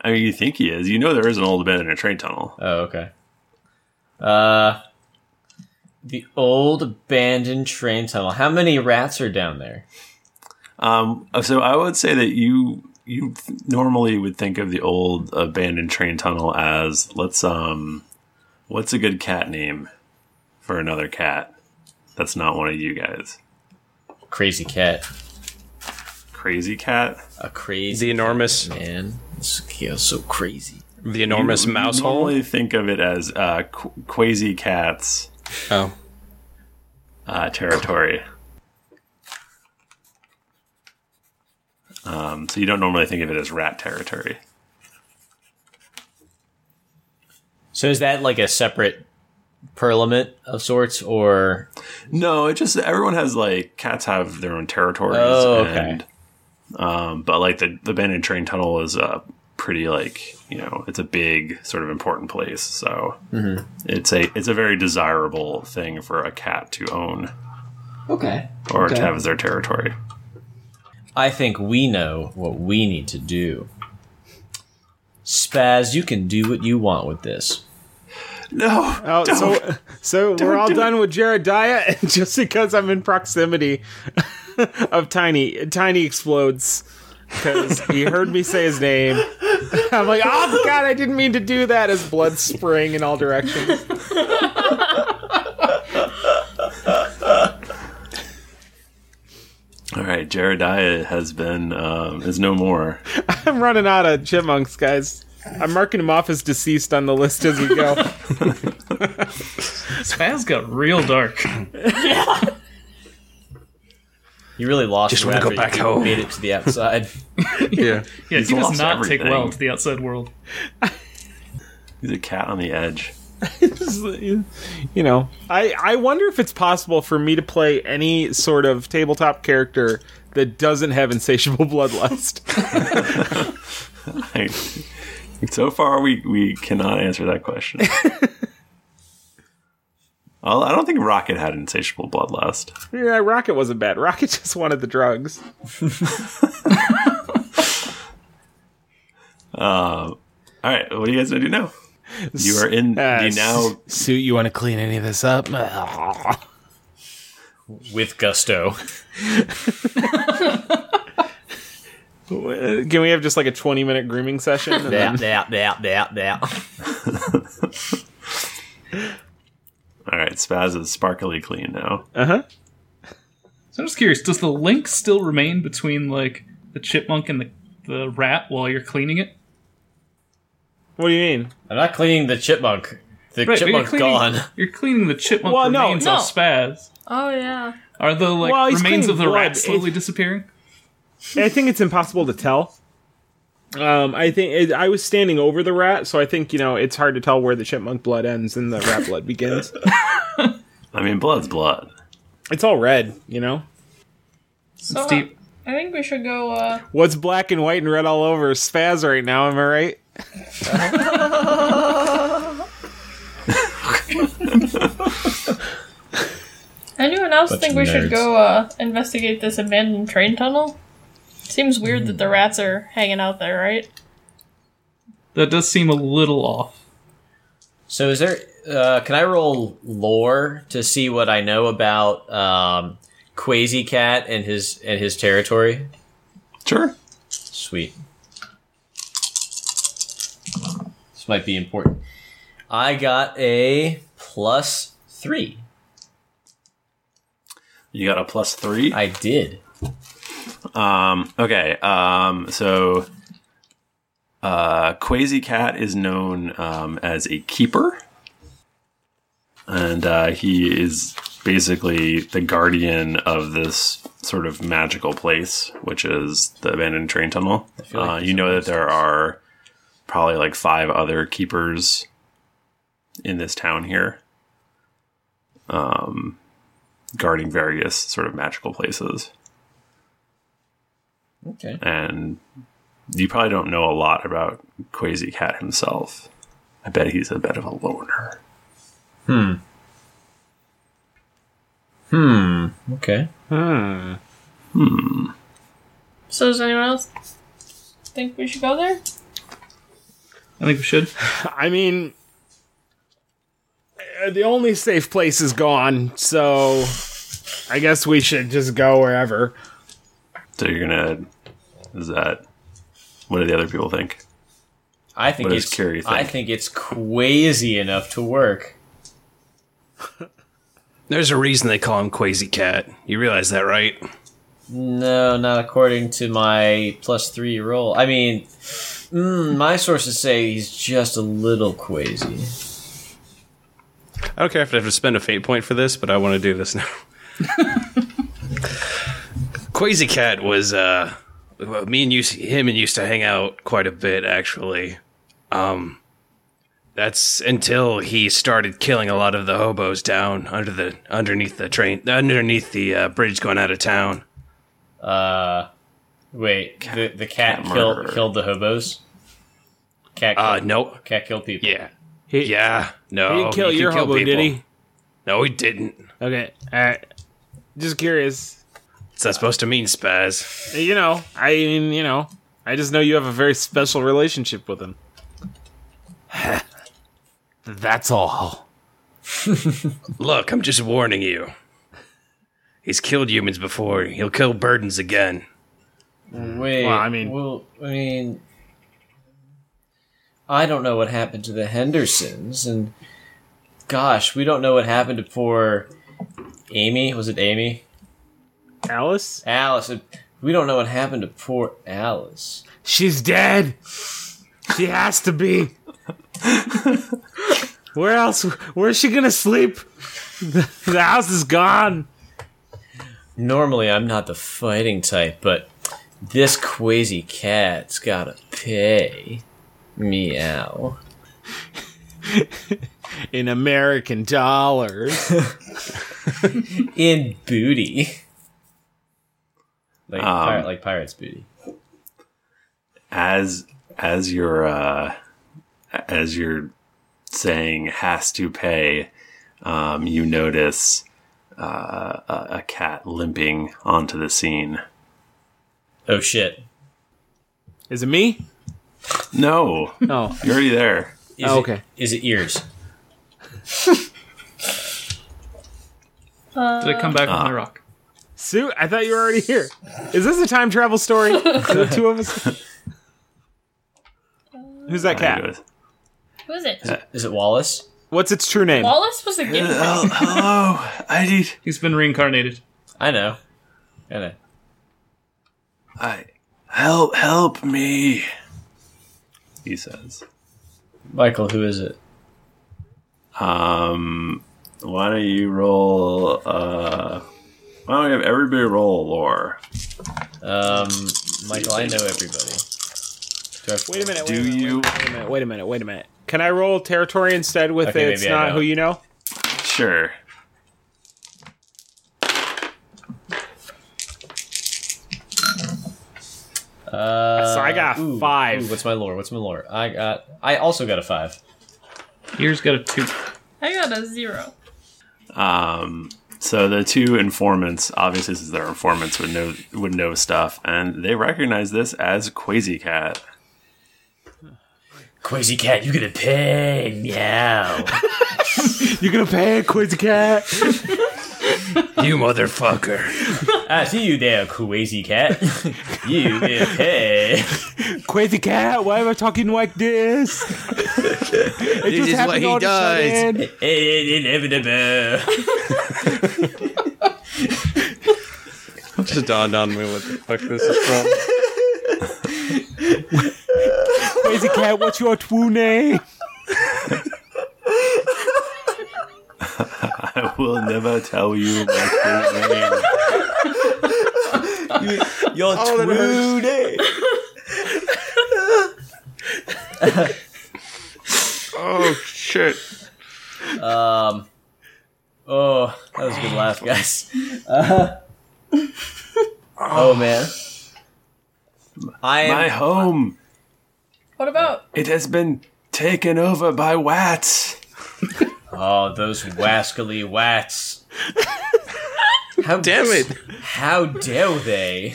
[SPEAKER 6] I mean, you think he is. You know there is an old abandoned train tunnel.
[SPEAKER 1] Oh, okay. Uh, the old abandoned train tunnel. How many rats are down there?
[SPEAKER 6] Um, so I would say that you you normally would think of the old abandoned train tunnel as let's um, what's a good cat name for another cat? That's not one of you guys.
[SPEAKER 1] Crazy cat.
[SPEAKER 6] Crazy cat.
[SPEAKER 1] A crazy
[SPEAKER 2] The enormous,
[SPEAKER 1] man. This cat is so crazy.
[SPEAKER 2] the enormous
[SPEAKER 6] You
[SPEAKER 2] mouse hole.
[SPEAKER 6] Normally think of it as uh, qu- Quasi Cat's
[SPEAKER 2] Oh,
[SPEAKER 6] uh, territory. Um, so you don't normally think of it as rat territory.
[SPEAKER 1] So is that like a separate parliament of sorts, or
[SPEAKER 6] No, it just everyone has like cats have their own territories.
[SPEAKER 1] Oh, okay.
[SPEAKER 6] um, but like the the abandoned train tunnel is uh, pretty like you know it's a big sort of important place. So
[SPEAKER 1] Mm-hmm.
[SPEAKER 6] it's a it's a very desirable thing for a cat to own
[SPEAKER 1] okay?
[SPEAKER 6] or to have as their territory.
[SPEAKER 1] I think we know what we need to do. Spaz, you can do what you want with this.
[SPEAKER 6] No,
[SPEAKER 8] Oh, so so we're all
[SPEAKER 6] do
[SPEAKER 8] done with Jerediah, and just because I'm in proximity of Tiny, Tiny explodes because he heard me say his name. I'm like, oh god, I didn't mean to do that. As blood spraying in all directions.
[SPEAKER 6] all right, Jerediah has been um, is no more.
[SPEAKER 8] I'm running out of chipmunks, guys. I'm marking him off as deceased on the list as we go.
[SPEAKER 7] Spaz got real dark.
[SPEAKER 1] You really lost.
[SPEAKER 2] Just
[SPEAKER 1] me
[SPEAKER 2] wanna go
[SPEAKER 1] after
[SPEAKER 2] back
[SPEAKER 1] you
[SPEAKER 2] home.
[SPEAKER 1] Made it to the outside.
[SPEAKER 2] yeah.
[SPEAKER 7] Yeah, he does
[SPEAKER 6] lost
[SPEAKER 7] not
[SPEAKER 6] everything.
[SPEAKER 7] take well to the outside world.
[SPEAKER 6] He's a cat on the edge.
[SPEAKER 8] you know, I I wonder if it's possible for me to play any sort of tabletop character that doesn't have insatiable bloodlust.
[SPEAKER 6] I- so far, we, we cannot answer that question. Well, I don't think Rocket had insatiable bloodlust.
[SPEAKER 8] yeah, Rocket wasn't bad. Rocket just wanted the drugs.
[SPEAKER 6] Uh, All right, what are you guys gonna do now? You are in. you now
[SPEAKER 8] suit. You want to clean any of this up?
[SPEAKER 1] with gusto.
[SPEAKER 8] Uh, Can we have just like a 20 minute grooming session? Uh-huh. And then-
[SPEAKER 1] Dap, dap, dap, dap, dap.
[SPEAKER 6] All right, Spaz is sparkly clean now.
[SPEAKER 8] Uh-huh.
[SPEAKER 7] So I'm just curious, does the link still remain between like the chipmunk and the, the rat while you're cleaning it?
[SPEAKER 8] What do you mean?
[SPEAKER 1] I'm not cleaning the chipmunk. The
[SPEAKER 7] but
[SPEAKER 1] chipmunk's
[SPEAKER 7] you're cleaning,
[SPEAKER 1] gone.
[SPEAKER 7] You're cleaning the chipmunk
[SPEAKER 8] Well, no,
[SPEAKER 7] remains
[SPEAKER 4] no.
[SPEAKER 7] of Spaz.
[SPEAKER 4] Oh yeah.
[SPEAKER 7] Are the like
[SPEAKER 8] Well, he's
[SPEAKER 7] remains of
[SPEAKER 8] cleaning
[SPEAKER 7] the
[SPEAKER 8] blood.
[SPEAKER 7] rat slowly disappearing?
[SPEAKER 8] I think it's impossible to tell. Um, I think it, I was standing over the rat, so I think you know it's hard to tell where the chipmunk blood ends and the rat blood begins.
[SPEAKER 6] I mean, blood's blood.
[SPEAKER 8] It's all red, you know.
[SPEAKER 4] So
[SPEAKER 7] It's deep.
[SPEAKER 4] I think we should go. uh
[SPEAKER 8] What's black and white and red all over? Spaz right now, am I right?
[SPEAKER 4] Anyone else
[SPEAKER 1] Bunch
[SPEAKER 4] think
[SPEAKER 1] of
[SPEAKER 4] we
[SPEAKER 1] nerds.
[SPEAKER 4] should go uh investigate this abandoned train tunnel? Seems weird that
[SPEAKER 1] Hmm.
[SPEAKER 4] the rats are hanging out there, right?
[SPEAKER 7] That does seem a little off.
[SPEAKER 1] So is there? Uh, can I roll lore to see what I know about um, Quasi Cat and his and his territory?
[SPEAKER 6] Sure.
[SPEAKER 1] Sweet. This might be important. I got a plus three.
[SPEAKER 6] You got a plus three.
[SPEAKER 1] I did.
[SPEAKER 6] Um, okay. Um, so, uh, Quasi Cat is known um, as a keeper, and uh, he is basically the guardian of this sort of magical place, which is the abandoned train tunnel.
[SPEAKER 1] like
[SPEAKER 6] uh, you know that there are probably like five other keepers in this town here. Um, guarding various sort of magical places
[SPEAKER 1] Okay.
[SPEAKER 6] and you probably don't know a lot about Quasi Cat himself. I bet he's a bit of a loner.
[SPEAKER 1] Okay.
[SPEAKER 4] So does anyone else think we should go there?
[SPEAKER 7] I think we should.
[SPEAKER 8] I mean, uh, the only safe place is gone, so I guess we should just go wherever.
[SPEAKER 6] So you're gonna is that what do the other people think?
[SPEAKER 1] I think
[SPEAKER 6] What does
[SPEAKER 1] it's
[SPEAKER 6] Carrie think?
[SPEAKER 1] I think it's quasi enough to work.
[SPEAKER 2] There's a reason they call him Quasi Cat. You realize that, right?
[SPEAKER 1] No, not according to my plus three roll. I mean, mm, my sources say he's just a little quasi.
[SPEAKER 2] I don't care if I have to spend a fate point for this, but I want to do this now. Quasi Cat was uh, me and you, him and used to hang out quite a bit actually. Um, that's until he started killing a lot of the hobos down under the underneath the train underneath the uh, bridge going out of town.
[SPEAKER 1] Uh, wait, the, the cat,
[SPEAKER 6] cat
[SPEAKER 1] killed
[SPEAKER 6] murderer.
[SPEAKER 1] killed the hobos. Cat
[SPEAKER 2] Uh,
[SPEAKER 1] killed,
[SPEAKER 2] no,
[SPEAKER 1] cat killed people.
[SPEAKER 2] yeah, yeah, no,
[SPEAKER 8] Oh, He didn't kill
[SPEAKER 2] can
[SPEAKER 8] your hobo, did
[SPEAKER 2] people.
[SPEAKER 8] he?
[SPEAKER 2] No, he didn't.
[SPEAKER 8] Okay, all right. Just curious.
[SPEAKER 2] What's that supposed to mean, Spaz?
[SPEAKER 8] You know, I mean, you know, I just know you have a very special relationship with him. That's all.
[SPEAKER 2] Look, I'm just warning you. He's killed humans before. He'll kill burdens again.
[SPEAKER 1] Wait,
[SPEAKER 8] Mm, Well, I mean-
[SPEAKER 1] well, I mean, I don't know what happened to the Hendersons, and gosh, we don't know what happened to poor Amy. Was it Amy?
[SPEAKER 8] Alice?
[SPEAKER 1] Alice. We don't know what happened to poor Alice.
[SPEAKER 8] She's dead. She has to be. Where else? Where is she gonna sleep? The, the house is gone.
[SPEAKER 1] Normally, I'm not the fighting type, but this crazy cat's gotta pay. Meow.
[SPEAKER 8] In American dollars.
[SPEAKER 1] In booty. Like,
[SPEAKER 6] Um,
[SPEAKER 1] pirate, like pirates' booty.
[SPEAKER 6] As as you're uh, as you're saying has to pay, um, you notice uh, a, a cat limping onto the scene.
[SPEAKER 1] Oh shit.
[SPEAKER 8] Is it me? Oh,
[SPEAKER 6] No,
[SPEAKER 8] No.
[SPEAKER 6] you're already there.
[SPEAKER 1] Is
[SPEAKER 8] Oh,
[SPEAKER 1] it-
[SPEAKER 8] okay.
[SPEAKER 1] is it ears?
[SPEAKER 7] Did I come back with
[SPEAKER 6] Ah.
[SPEAKER 7] my rock?
[SPEAKER 8] Sue, I thought you were already here. Is this a time travel story? Are the two of us. Who's that
[SPEAKER 6] How you
[SPEAKER 8] cat?
[SPEAKER 6] doing?
[SPEAKER 4] Who is it?
[SPEAKER 1] Is it Wallace?
[SPEAKER 8] What's its true name?
[SPEAKER 4] Wallace was the game.
[SPEAKER 6] Oh, hello. I need.
[SPEAKER 7] He's been reincarnated.
[SPEAKER 1] I know. I know.
[SPEAKER 6] I help. Help me. He says.
[SPEAKER 1] Michael, who is it?
[SPEAKER 6] Um, why don't you roll? Uh, why don't we have everybody roll lore?
[SPEAKER 1] Um, Michael, I know everybody. Do I have to-
[SPEAKER 8] Wait a minute. Wait
[SPEAKER 6] Do
[SPEAKER 8] a minute,
[SPEAKER 6] you?
[SPEAKER 8] Wait a minute. Wait a minute. Wait a minute. Can I roll territory instead with
[SPEAKER 1] Okay,
[SPEAKER 8] it's
[SPEAKER 1] maybe I
[SPEAKER 8] not who
[SPEAKER 1] don't.
[SPEAKER 8] you know?
[SPEAKER 6] Sure.
[SPEAKER 1] Uh,
[SPEAKER 8] So I got five.
[SPEAKER 1] Ooh, what's my lore? What's my lore? I got. I also got a five.
[SPEAKER 7] Ears got a two.
[SPEAKER 4] I got a zero.
[SPEAKER 6] Um, so the two informants, obviously, this is their informants would know would know stuff, and they recognize this as Quasi Cat.
[SPEAKER 1] Crazy cat, you get a pig. Meow.
[SPEAKER 8] You're gonna pay, Quiz Cat.
[SPEAKER 2] You motherfucker.
[SPEAKER 1] I see you there, crazy cat. you get a pig.
[SPEAKER 8] Crazy cat, why am I talking like this? it just
[SPEAKER 2] is what
[SPEAKER 8] happened
[SPEAKER 2] he
[SPEAKER 8] all of a
[SPEAKER 2] does.
[SPEAKER 8] sudden.
[SPEAKER 1] It is inevitable.
[SPEAKER 2] Just dawned on me what the fuck this is from.
[SPEAKER 8] Crazy cat, what's your true name?
[SPEAKER 6] I will never tell you my full name.
[SPEAKER 1] Your true name.
[SPEAKER 2] Oh shit.
[SPEAKER 1] Um. Oh, that was a good laugh, guys. Uh, oh man. I am
[SPEAKER 6] My home.
[SPEAKER 4] What about
[SPEAKER 6] It has been taken over by wats.
[SPEAKER 1] Oh, those wascally wats. How
[SPEAKER 2] Damn it.
[SPEAKER 1] How dare they?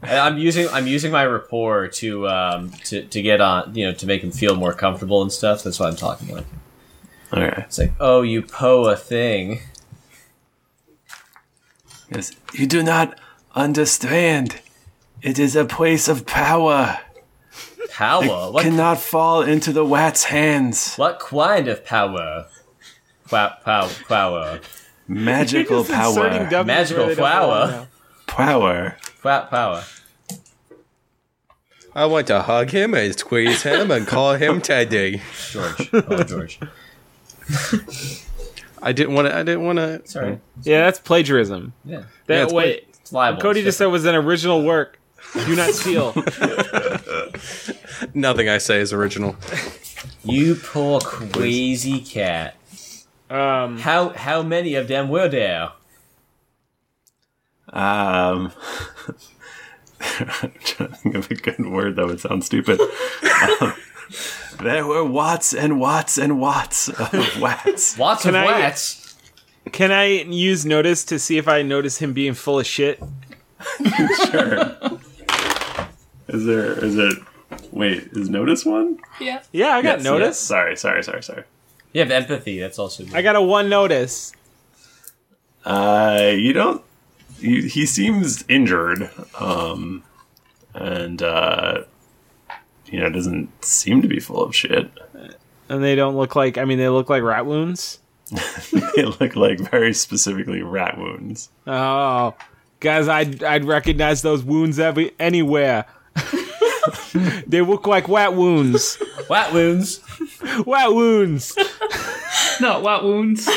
[SPEAKER 1] And I'm using I'm using my rapport to um to, to get on you know to make him feel more comfortable and stuff. That's why I'm talking like
[SPEAKER 6] Okay.
[SPEAKER 1] it's like oh you poa thing.
[SPEAKER 6] Yes. You do not understand. It is a place of power.
[SPEAKER 1] Power. What
[SPEAKER 6] Cannot fall into the wat's hands.
[SPEAKER 1] what kind of power? Pow, pow, power.
[SPEAKER 6] Magical
[SPEAKER 8] Inserting
[SPEAKER 6] power.
[SPEAKER 8] W's
[SPEAKER 1] Magical
[SPEAKER 8] where they don't belong
[SPEAKER 1] flower.
[SPEAKER 8] now.
[SPEAKER 6] Power.
[SPEAKER 1] Pow, power.
[SPEAKER 2] I want to hug him and squeeze him and call him Teddy.
[SPEAKER 1] George. Oh George.
[SPEAKER 2] I didn't want to. I didn't want to.
[SPEAKER 1] Sorry.
[SPEAKER 8] Yeah, that's plagiarism.
[SPEAKER 1] Yeah.
[SPEAKER 2] Yeah,
[SPEAKER 8] That
[SPEAKER 2] it's
[SPEAKER 8] wait,
[SPEAKER 1] It's liable.
[SPEAKER 8] Cody
[SPEAKER 1] It's
[SPEAKER 8] just said was an original work. Do not steal.
[SPEAKER 2] Nothing I say is original.
[SPEAKER 1] You poor crazy cat.
[SPEAKER 8] um,
[SPEAKER 1] How how many of them were there?
[SPEAKER 6] Um, I'm trying to think of a good word that would sound stupid. Um, there were watts and watts and watts of watts.
[SPEAKER 1] Lots
[SPEAKER 8] Can
[SPEAKER 1] of
[SPEAKER 8] I-
[SPEAKER 1] wats.
[SPEAKER 8] can I use notice to see if I notice him being full of shit?
[SPEAKER 6] Is there? Is it? Wait, is notice one?
[SPEAKER 4] yeah?
[SPEAKER 8] Yeah, I
[SPEAKER 6] Yes,
[SPEAKER 8] got
[SPEAKER 6] yes.
[SPEAKER 8] notice.
[SPEAKER 6] Sorry, sorry, sorry, sorry.
[SPEAKER 1] You have empathy. That's also good.
[SPEAKER 8] I got a one notice.
[SPEAKER 6] Uh, you don't. You, he seems injured, um, and uh, you know doesn't seem to be full of shit.
[SPEAKER 8] And they don't look like I mean they look like rat wounds.
[SPEAKER 6] they look like very specifically rat wounds.
[SPEAKER 8] Oh. Guys, I'd I'd recognize those wounds every anywhere. they look like wet wounds.
[SPEAKER 1] Wat wounds.
[SPEAKER 8] Wet wounds.
[SPEAKER 7] No, what wounds? Uh,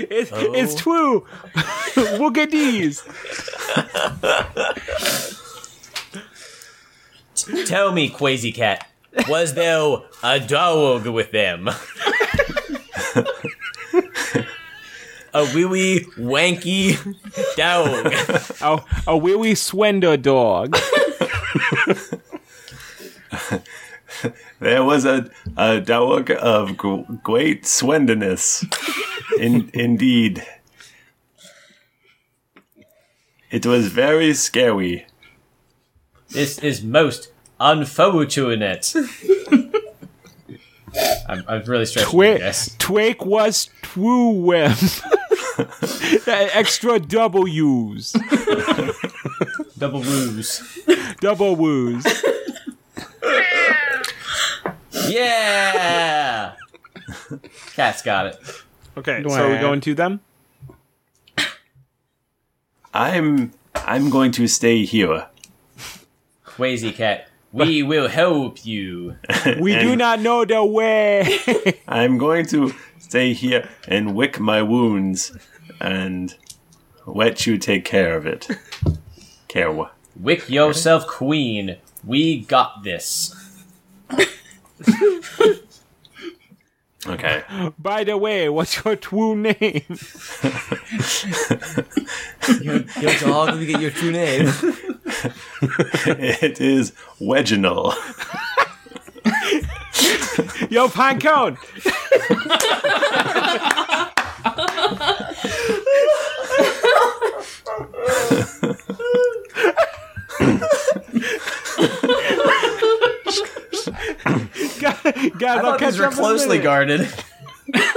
[SPEAKER 8] It,
[SPEAKER 6] Oh.
[SPEAKER 8] It's true. look at these.
[SPEAKER 1] Tell me, crazy cat, was there a dog with them? a wee wee wanky dog.
[SPEAKER 8] A, a wee swender dog.
[SPEAKER 6] There was a, a dog of g- great swendiness. In, indeed. It was very scary.
[SPEAKER 1] This is most unfortunate. I'm, I'm really stressing you
[SPEAKER 8] Twi-
[SPEAKER 1] guys.
[SPEAKER 8] Twake was two wim. extra W's.
[SPEAKER 1] Double woos.
[SPEAKER 8] Double woos.
[SPEAKER 1] Yeah. Cat's got it.
[SPEAKER 8] Okay, so are we
[SPEAKER 2] Dwack.
[SPEAKER 8] going to them?
[SPEAKER 6] I'm I'm going to stay here.
[SPEAKER 1] Quazy cat. We will help you.
[SPEAKER 8] We do
[SPEAKER 6] And-
[SPEAKER 8] not know the way.
[SPEAKER 6] I'm going to stay here and wick my wounds and let you take care of it. Care what?
[SPEAKER 1] Wick yourself, queen. We got this.
[SPEAKER 6] Okay.
[SPEAKER 8] By the way, what's your true name?
[SPEAKER 9] Yo, dog, let me get your true name.
[SPEAKER 6] it is Weginal.
[SPEAKER 8] Yo, Pancone. guys,
[SPEAKER 1] I
[SPEAKER 8] I'll
[SPEAKER 1] thought
[SPEAKER 8] catch
[SPEAKER 1] these were
[SPEAKER 8] up in a
[SPEAKER 1] closely
[SPEAKER 8] minute.
[SPEAKER 1] guarded.
[SPEAKER 2] gonna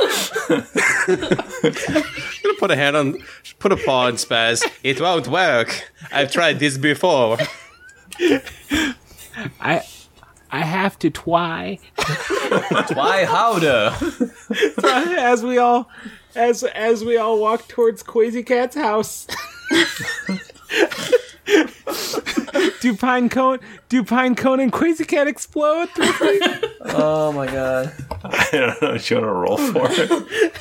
[SPEAKER 2] put a hand on, put a paw on Spaz. It won't work. I've tried this before.
[SPEAKER 8] I, I have to twy.
[SPEAKER 1] Why, howda?
[SPEAKER 8] as we all as as we all walk towards Quazy Cat's house. do pine cone do pine cone and Quazy Cat explode?
[SPEAKER 9] Oh my god.
[SPEAKER 6] I don't know what you want to roll for. it.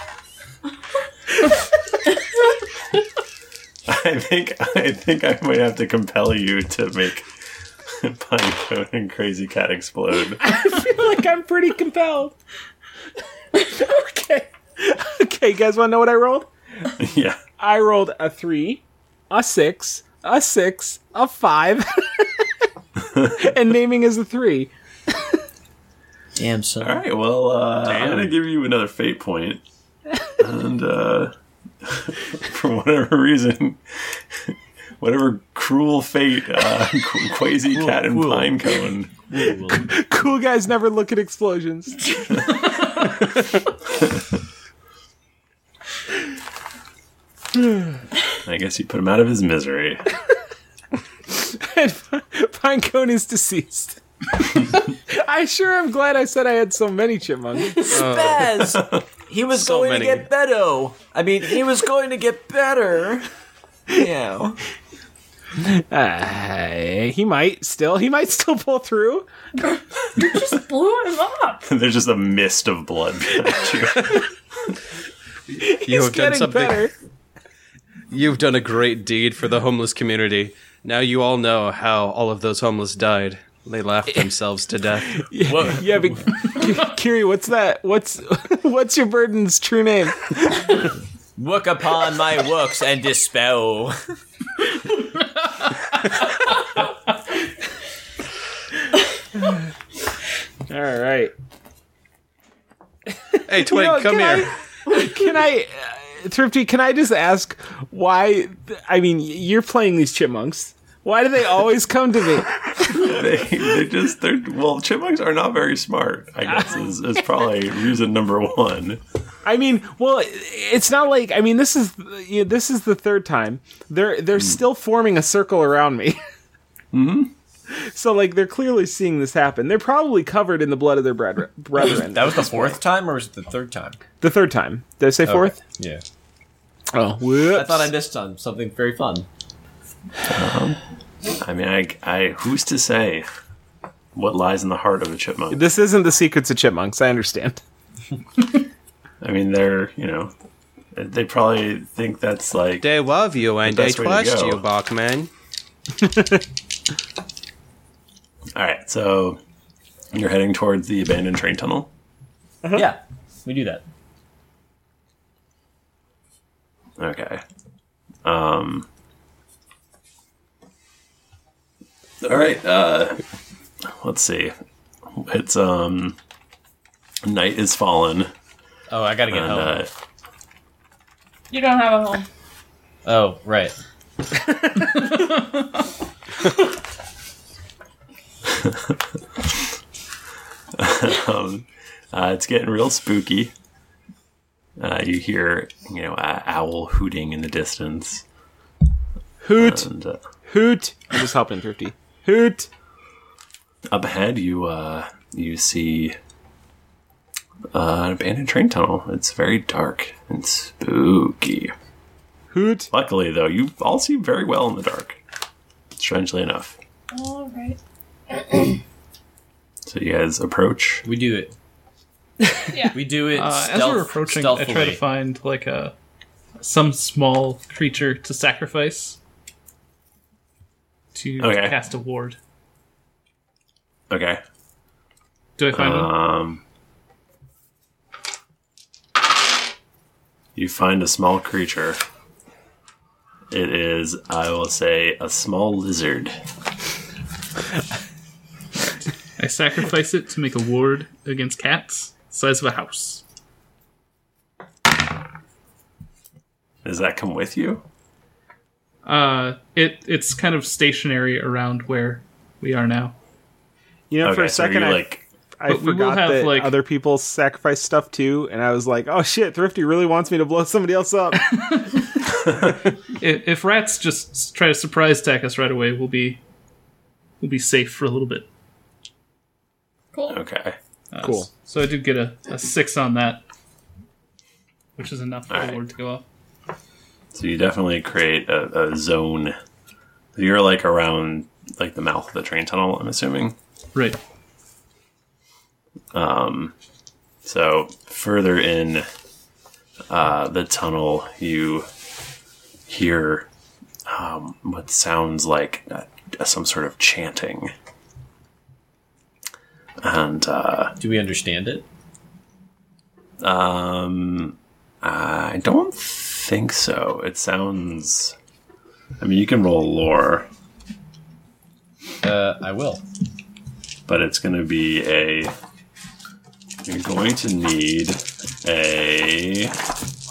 [SPEAKER 6] I think I think I might have to compel you to make Pinecone and Crazy Cat explode.
[SPEAKER 8] I feel like I'm pretty compelled. okay. Okay, you guys wanna know what I rolled?
[SPEAKER 6] yeah.
[SPEAKER 8] I rolled a three, a six, a six, a five. and naming is a three.
[SPEAKER 9] Damn son.
[SPEAKER 6] All right. Well, uh, I'm
[SPEAKER 2] Damn.
[SPEAKER 6] gonna give you another fate point, and uh, for whatever reason, whatever cruel fate, uh, Qu- Quasi Cat and Pinecone.
[SPEAKER 8] Cool guys never look at explosions.
[SPEAKER 6] I guess you put him out of his misery.
[SPEAKER 8] and pine cone is deceased. I sure am glad I said I had so many chipmunks.
[SPEAKER 9] Spaz! He was
[SPEAKER 2] So
[SPEAKER 9] going
[SPEAKER 2] many.
[SPEAKER 9] to get better. I mean, he was going to get better. Yeah.
[SPEAKER 8] Uh, he might still. He might still pull through.
[SPEAKER 4] Blew him up.
[SPEAKER 6] There's just a mist of blood behind you.
[SPEAKER 2] You
[SPEAKER 8] He's
[SPEAKER 2] have done
[SPEAKER 8] getting
[SPEAKER 2] something.
[SPEAKER 8] better.
[SPEAKER 2] You've done a great deed for the homeless community. Now you all know how all of those homeless died. They laughed themselves to death.
[SPEAKER 8] Yeah, but Kiri, what's that? What's what's your burden's true name?
[SPEAKER 9] Work upon my works and dispel.
[SPEAKER 8] All right.
[SPEAKER 2] Hey, Twig,
[SPEAKER 8] know,
[SPEAKER 2] come
[SPEAKER 8] can
[SPEAKER 2] here.
[SPEAKER 8] Can I, uh, Thrifty? Can I just ask why? I mean, you're playing these chipmunks. Why do they always come to me?
[SPEAKER 6] They, they just they're well, chipmunks are not very smart. I guess is, is probably reason number one.
[SPEAKER 8] I mean, well, it's not like I mean this is you know, this is the third time they're they're still forming a circle around me. mm-hmm. So like they're clearly seeing this happen. They're probably covered in the blood of their brethren. brethren.
[SPEAKER 1] That was the fourth time, or was it the third time?
[SPEAKER 8] the third time. Did I say fourth?
[SPEAKER 1] Yeah.
[SPEAKER 8] Oh, whoops.
[SPEAKER 1] I thought I missed on something very fun.
[SPEAKER 6] I mean, I, I who's to say what lies in the heart of a chipmunk?
[SPEAKER 8] this isn't the secrets of chipmunks. I understand.
[SPEAKER 6] I mean, they're you know, they probably think that's like
[SPEAKER 2] They love you and
[SPEAKER 6] The
[SPEAKER 2] they
[SPEAKER 6] best way to
[SPEAKER 2] trust
[SPEAKER 6] go.
[SPEAKER 2] you, Bachman.
[SPEAKER 6] all right. So you're heading towards the abandoned train tunnel.
[SPEAKER 1] Yeah, we do that.
[SPEAKER 6] Okay. Um. All right. Uh, let's see. It's um. Night is fallen.
[SPEAKER 1] Oh, I gotta get
[SPEAKER 6] And,
[SPEAKER 1] home.
[SPEAKER 6] uh,
[SPEAKER 4] You don't have a home.
[SPEAKER 1] oh, right.
[SPEAKER 6] Uh, it's getting real spooky. Uh, you hear, you know, a owl hooting in the distance.
[SPEAKER 8] Hoot,
[SPEAKER 6] And uh,
[SPEAKER 8] hoot. I'm just helping Thrifty. Hoot.
[SPEAKER 6] up ahead, you uh, you see uh, an abandoned train tunnel. It's very dark and spooky.
[SPEAKER 8] Hoot.
[SPEAKER 6] Luckily, though, you all see very well in the dark. Strangely enough,
[SPEAKER 4] All right.
[SPEAKER 6] so you guys approach.
[SPEAKER 1] We do it.
[SPEAKER 4] Yeah.
[SPEAKER 1] We do it
[SPEAKER 7] Uh,
[SPEAKER 1] stealth,
[SPEAKER 7] as we're approaching,
[SPEAKER 1] stealthily.
[SPEAKER 7] I try to find like a some small creature to sacrifice to
[SPEAKER 6] Okay.
[SPEAKER 7] cast a ward.
[SPEAKER 6] Okay.
[SPEAKER 7] Do I find one?
[SPEAKER 6] Um, you find a small creature. It is, I will say, a small lizard.
[SPEAKER 7] I sacrifice it to make a ward against cats, size of a house.
[SPEAKER 6] Does that come with you?
[SPEAKER 7] Uh, it it's kind of stationary around where we are now.
[SPEAKER 8] You know, for a
[SPEAKER 6] so
[SPEAKER 8] second,
[SPEAKER 6] you,
[SPEAKER 8] I,
[SPEAKER 6] like,
[SPEAKER 8] I
[SPEAKER 7] But we will
[SPEAKER 8] forgot
[SPEAKER 7] have,
[SPEAKER 8] that
[SPEAKER 7] like-
[SPEAKER 8] other people sacrifice stuff too, and I was like, "Oh shit, Thrifty really wants me to blow somebody else up."
[SPEAKER 7] If, if rats just s- try to surprise attack us right away, we'll be we'll be safe for a little bit.
[SPEAKER 4] Cool.
[SPEAKER 6] okay.
[SPEAKER 8] cool.
[SPEAKER 7] So I did get a, a six on that, which is enough for the
[SPEAKER 6] Alright.
[SPEAKER 7] ward to go off.
[SPEAKER 6] So you definitely create a, a zone. You're like around like the mouth of the train tunnel. I'm assuming.
[SPEAKER 7] Right.
[SPEAKER 6] So further in uh, the tunnel, you hear um, what sounds like uh, some sort of chanting, and uh,
[SPEAKER 1] Do we understand it?
[SPEAKER 6] um, I don't think so. It sounds. I mean, you can roll lore,
[SPEAKER 1] Uh, I will.
[SPEAKER 6] but it's going to be a. You're going to need a.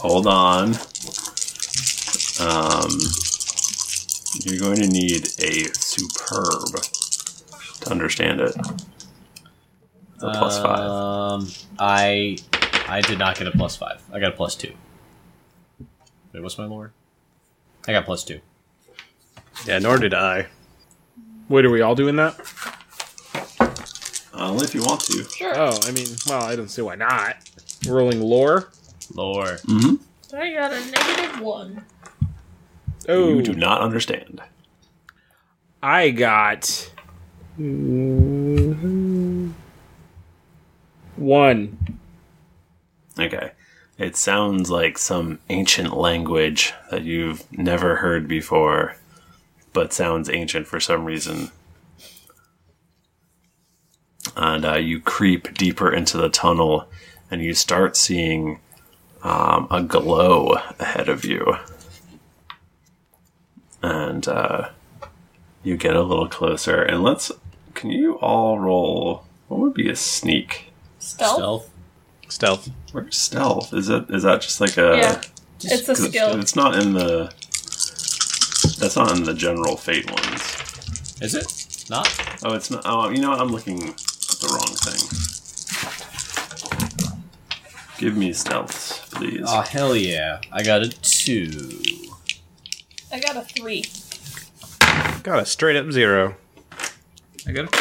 [SPEAKER 6] Hold on. Um, you're going to need a superb to understand it. A plus five.
[SPEAKER 9] Uh,
[SPEAKER 1] Um, I I did not get a plus five. I got a plus two. Wait, what's my lore? I got plus two.
[SPEAKER 2] Yeah, nor did I.
[SPEAKER 8] Wait, are we all doing that?
[SPEAKER 6] only if you want to.
[SPEAKER 4] Sure.
[SPEAKER 8] Oh, I mean, well, I don't see why not. Rolling lore.
[SPEAKER 1] Lore.
[SPEAKER 4] I got a negative one.
[SPEAKER 8] Oh,
[SPEAKER 6] You do not understand.
[SPEAKER 8] I got one.
[SPEAKER 6] Okay. It sounds like some ancient language that you've never heard before, but sounds ancient for some reason. And uh, you creep deeper into the tunnel, and you start seeing um, a glow ahead of you. And uh, you get a little closer, and let's. Can you all roll? What would be a sneak?
[SPEAKER 4] Stealth.
[SPEAKER 1] Stealth.
[SPEAKER 2] Stealth.
[SPEAKER 6] Where's stealth? Is it is that just like a?
[SPEAKER 4] Yeah. It's a
[SPEAKER 6] 'cause it's-
[SPEAKER 4] skill.
[SPEAKER 6] It's not in the. That's not in the general fate ones.
[SPEAKER 1] Is it? Not?
[SPEAKER 6] Oh, it's not. Oh, you know what? I'm looking at the wrong thing. Give me stealth, please.
[SPEAKER 1] Oh, hell yeah. I got a two.
[SPEAKER 4] I got a three.
[SPEAKER 2] Got a straight up zero.
[SPEAKER 7] I got it.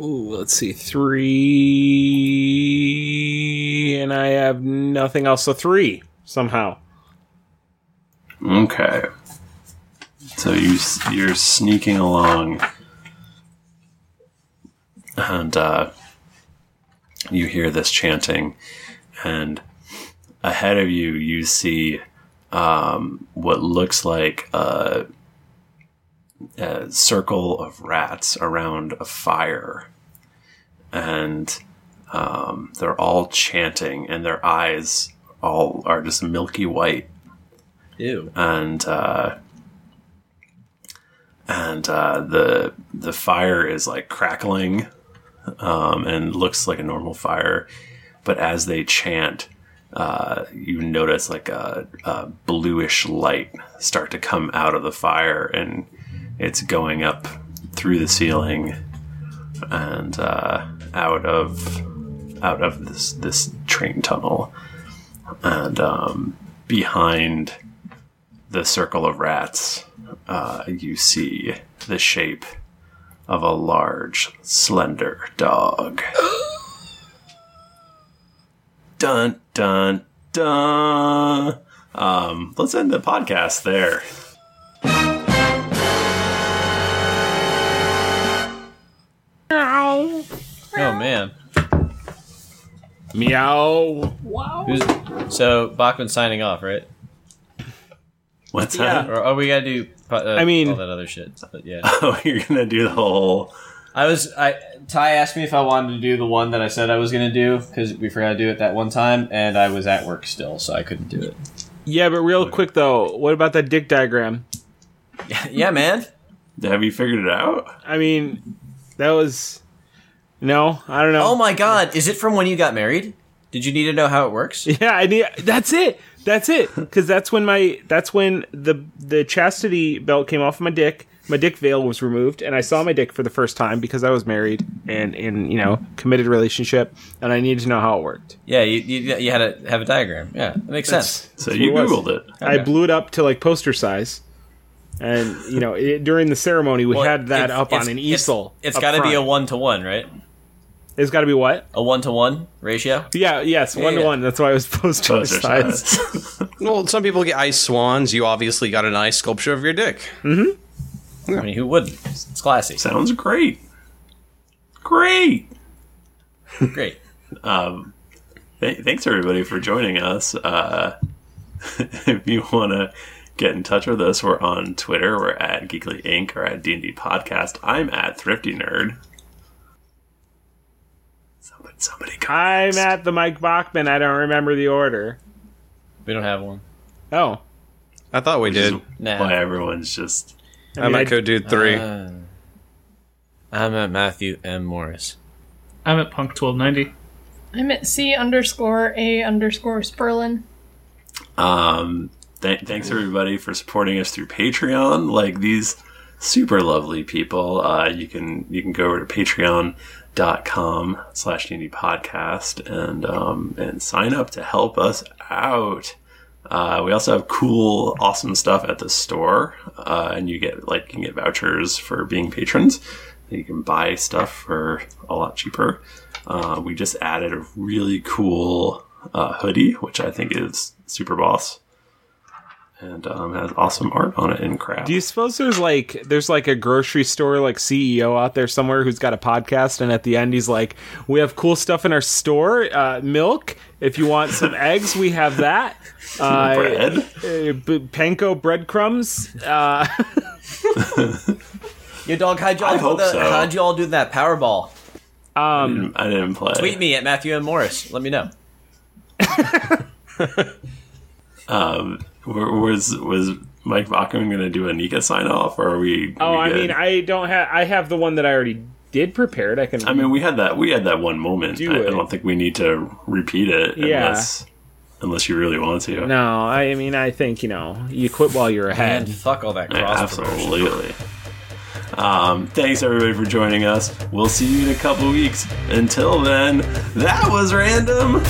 [SPEAKER 8] Ooh, let's see, three, and I have nothing else. So three somehow.
[SPEAKER 6] Okay. So you s- you're sneaking along, and uh, you hear this chanting, and ahead of you you see um, what looks like a, a circle of rats around a fire, and um, they're all chanting, and their eyes all are just milky white
[SPEAKER 1] Ew.
[SPEAKER 6] and uh, and uh, the the fire is like crackling um, and looks like a normal fire, but as they chant, uh, you notice like a, a bluish light start to come out of the fire and it's going up through the ceiling and uh, out of out of this this train tunnel, and um, behind the circle of rats, uh, you see the shape of a large, slender dog. dun dun dun. Um, let's end the podcast there.
[SPEAKER 1] Oh man.
[SPEAKER 8] Meow.
[SPEAKER 4] Wow.
[SPEAKER 1] Who's, so Bachman's signing off, right?
[SPEAKER 6] What's that?
[SPEAKER 1] Or oh, we gotta do. Uh, I
[SPEAKER 8] mean-
[SPEAKER 1] all that other shit. But yeah.
[SPEAKER 6] Oh, you're gonna do the whole.
[SPEAKER 1] I was I Ty asked me if I wanted to do the one that I said I was going to do because we forgot to do it that one time, and I was at work still, so I couldn't do it.
[SPEAKER 8] Yeah, but real quick though, what about that dick diagram?
[SPEAKER 1] yeah, man.
[SPEAKER 6] Have you figured it out?
[SPEAKER 8] I mean, that was no, I don't know.
[SPEAKER 1] Oh my God, is it from when you got married? Did you need to know how it works?
[SPEAKER 8] Yeah, I need. That's it. That's it. Because that's when my that's when the the chastity belt came off my dick. My dick veil was removed, and I saw my dick for the first time because I was married and in you know committed relationship, and I needed to know how it worked.
[SPEAKER 1] Yeah, you, you, you had to have a diagram. Yeah, it makes sense.
[SPEAKER 6] So you
[SPEAKER 8] what it was.
[SPEAKER 6] googled it.
[SPEAKER 8] I blew it up to like poster size, and you know it, during the ceremony we had that
[SPEAKER 1] It's-
[SPEAKER 8] up
[SPEAKER 1] it's-
[SPEAKER 8] on an
[SPEAKER 1] it's-
[SPEAKER 8] easel.
[SPEAKER 1] it's
[SPEAKER 8] up
[SPEAKER 1] got to be a
[SPEAKER 8] front.
[SPEAKER 1] one to one, right?
[SPEAKER 8] It's got to be what?
[SPEAKER 1] A one to one ratio.
[SPEAKER 8] Yeah. Yes. One to
[SPEAKER 1] yeah.
[SPEAKER 8] one. That's why it was poster,
[SPEAKER 6] Poster
[SPEAKER 8] size.
[SPEAKER 6] size.
[SPEAKER 2] Well, some people get ice swans. You obviously got an ice sculpture of your dick.
[SPEAKER 1] I mean, who wouldn't? It's classy.
[SPEAKER 6] Sounds great. Great. Um,
[SPEAKER 1] Great.
[SPEAKER 6] Th- thanks everybody for joining us. Uh, if you want to get in touch with us, we're on Twitter. We're at Geekly Inc. or at D&D Podcast. I'm at Thrifty Nerd. Somebody, somebody go.
[SPEAKER 8] I'm at the Mike Bachman. I don't remember the order.
[SPEAKER 1] We don't have one.
[SPEAKER 8] Oh.
[SPEAKER 2] I thought we did.
[SPEAKER 1] Nah.
[SPEAKER 6] Why everyone's just
[SPEAKER 8] I
[SPEAKER 2] I'm
[SPEAKER 8] mean, I-
[SPEAKER 2] at Code Dude Three.
[SPEAKER 1] Uh, I'm at Matthew M. Morris.
[SPEAKER 7] I'm at Punk twelve ninety.
[SPEAKER 4] I'm at C underscore A underscore Sperlin.
[SPEAKER 6] Um, th- thanks everybody for supporting us through Patreon. Like these super lovely people. Uh, you can you can go over to patreon.com slash D&D podcast and um, and sign up to help us out. Uh, we also have cool, awesome stuff at the store, uh, and you get like you can get vouchers for being patrons. You can buy stuff for a lot cheaper. Uh, we just added a really cool uh, hoodie, which I think is super boss, and um, has awesome art on it and craft.
[SPEAKER 8] Do you suppose there's like there's like a grocery store like CEO out there somewhere who's got a podcast and at the end he's like, "We have cool stuff in our store. Uh, milk. If you want some eggs, we have that. Uh,
[SPEAKER 6] bread?
[SPEAKER 8] uh, b- panko breadcrumbs. Uh,
[SPEAKER 1] Yo, dog, how'd y'all,
[SPEAKER 6] I hope
[SPEAKER 1] the-
[SPEAKER 6] so.
[SPEAKER 1] how'd y'all do that Powerball?
[SPEAKER 8] um,
[SPEAKER 6] I didn't play.
[SPEAKER 1] Tweet me at Matthew M. Morris. Let me know.
[SPEAKER 6] W- Was was Mike Bachman going to do a Nika sign off, or are we?
[SPEAKER 8] oh,
[SPEAKER 6] we
[SPEAKER 8] I
[SPEAKER 6] good?
[SPEAKER 8] mean, I don't have. I have the one that I already did prepared. I can.
[SPEAKER 6] I mean, we had that. We had that one moment.
[SPEAKER 8] Do
[SPEAKER 6] I, I
[SPEAKER 8] it.
[SPEAKER 6] don't think we need to repeat it.
[SPEAKER 8] Yeah.
[SPEAKER 6] Unless, unless you really want to.
[SPEAKER 8] no. I mean, I think you know, you quit while you're ahead.
[SPEAKER 1] And fuck all that
[SPEAKER 6] Yeah,
[SPEAKER 1] cross promotion.
[SPEAKER 6] absolutely. Um, thanks everybody for joining us. We'll see you in a couple weeks. Until then, that was random.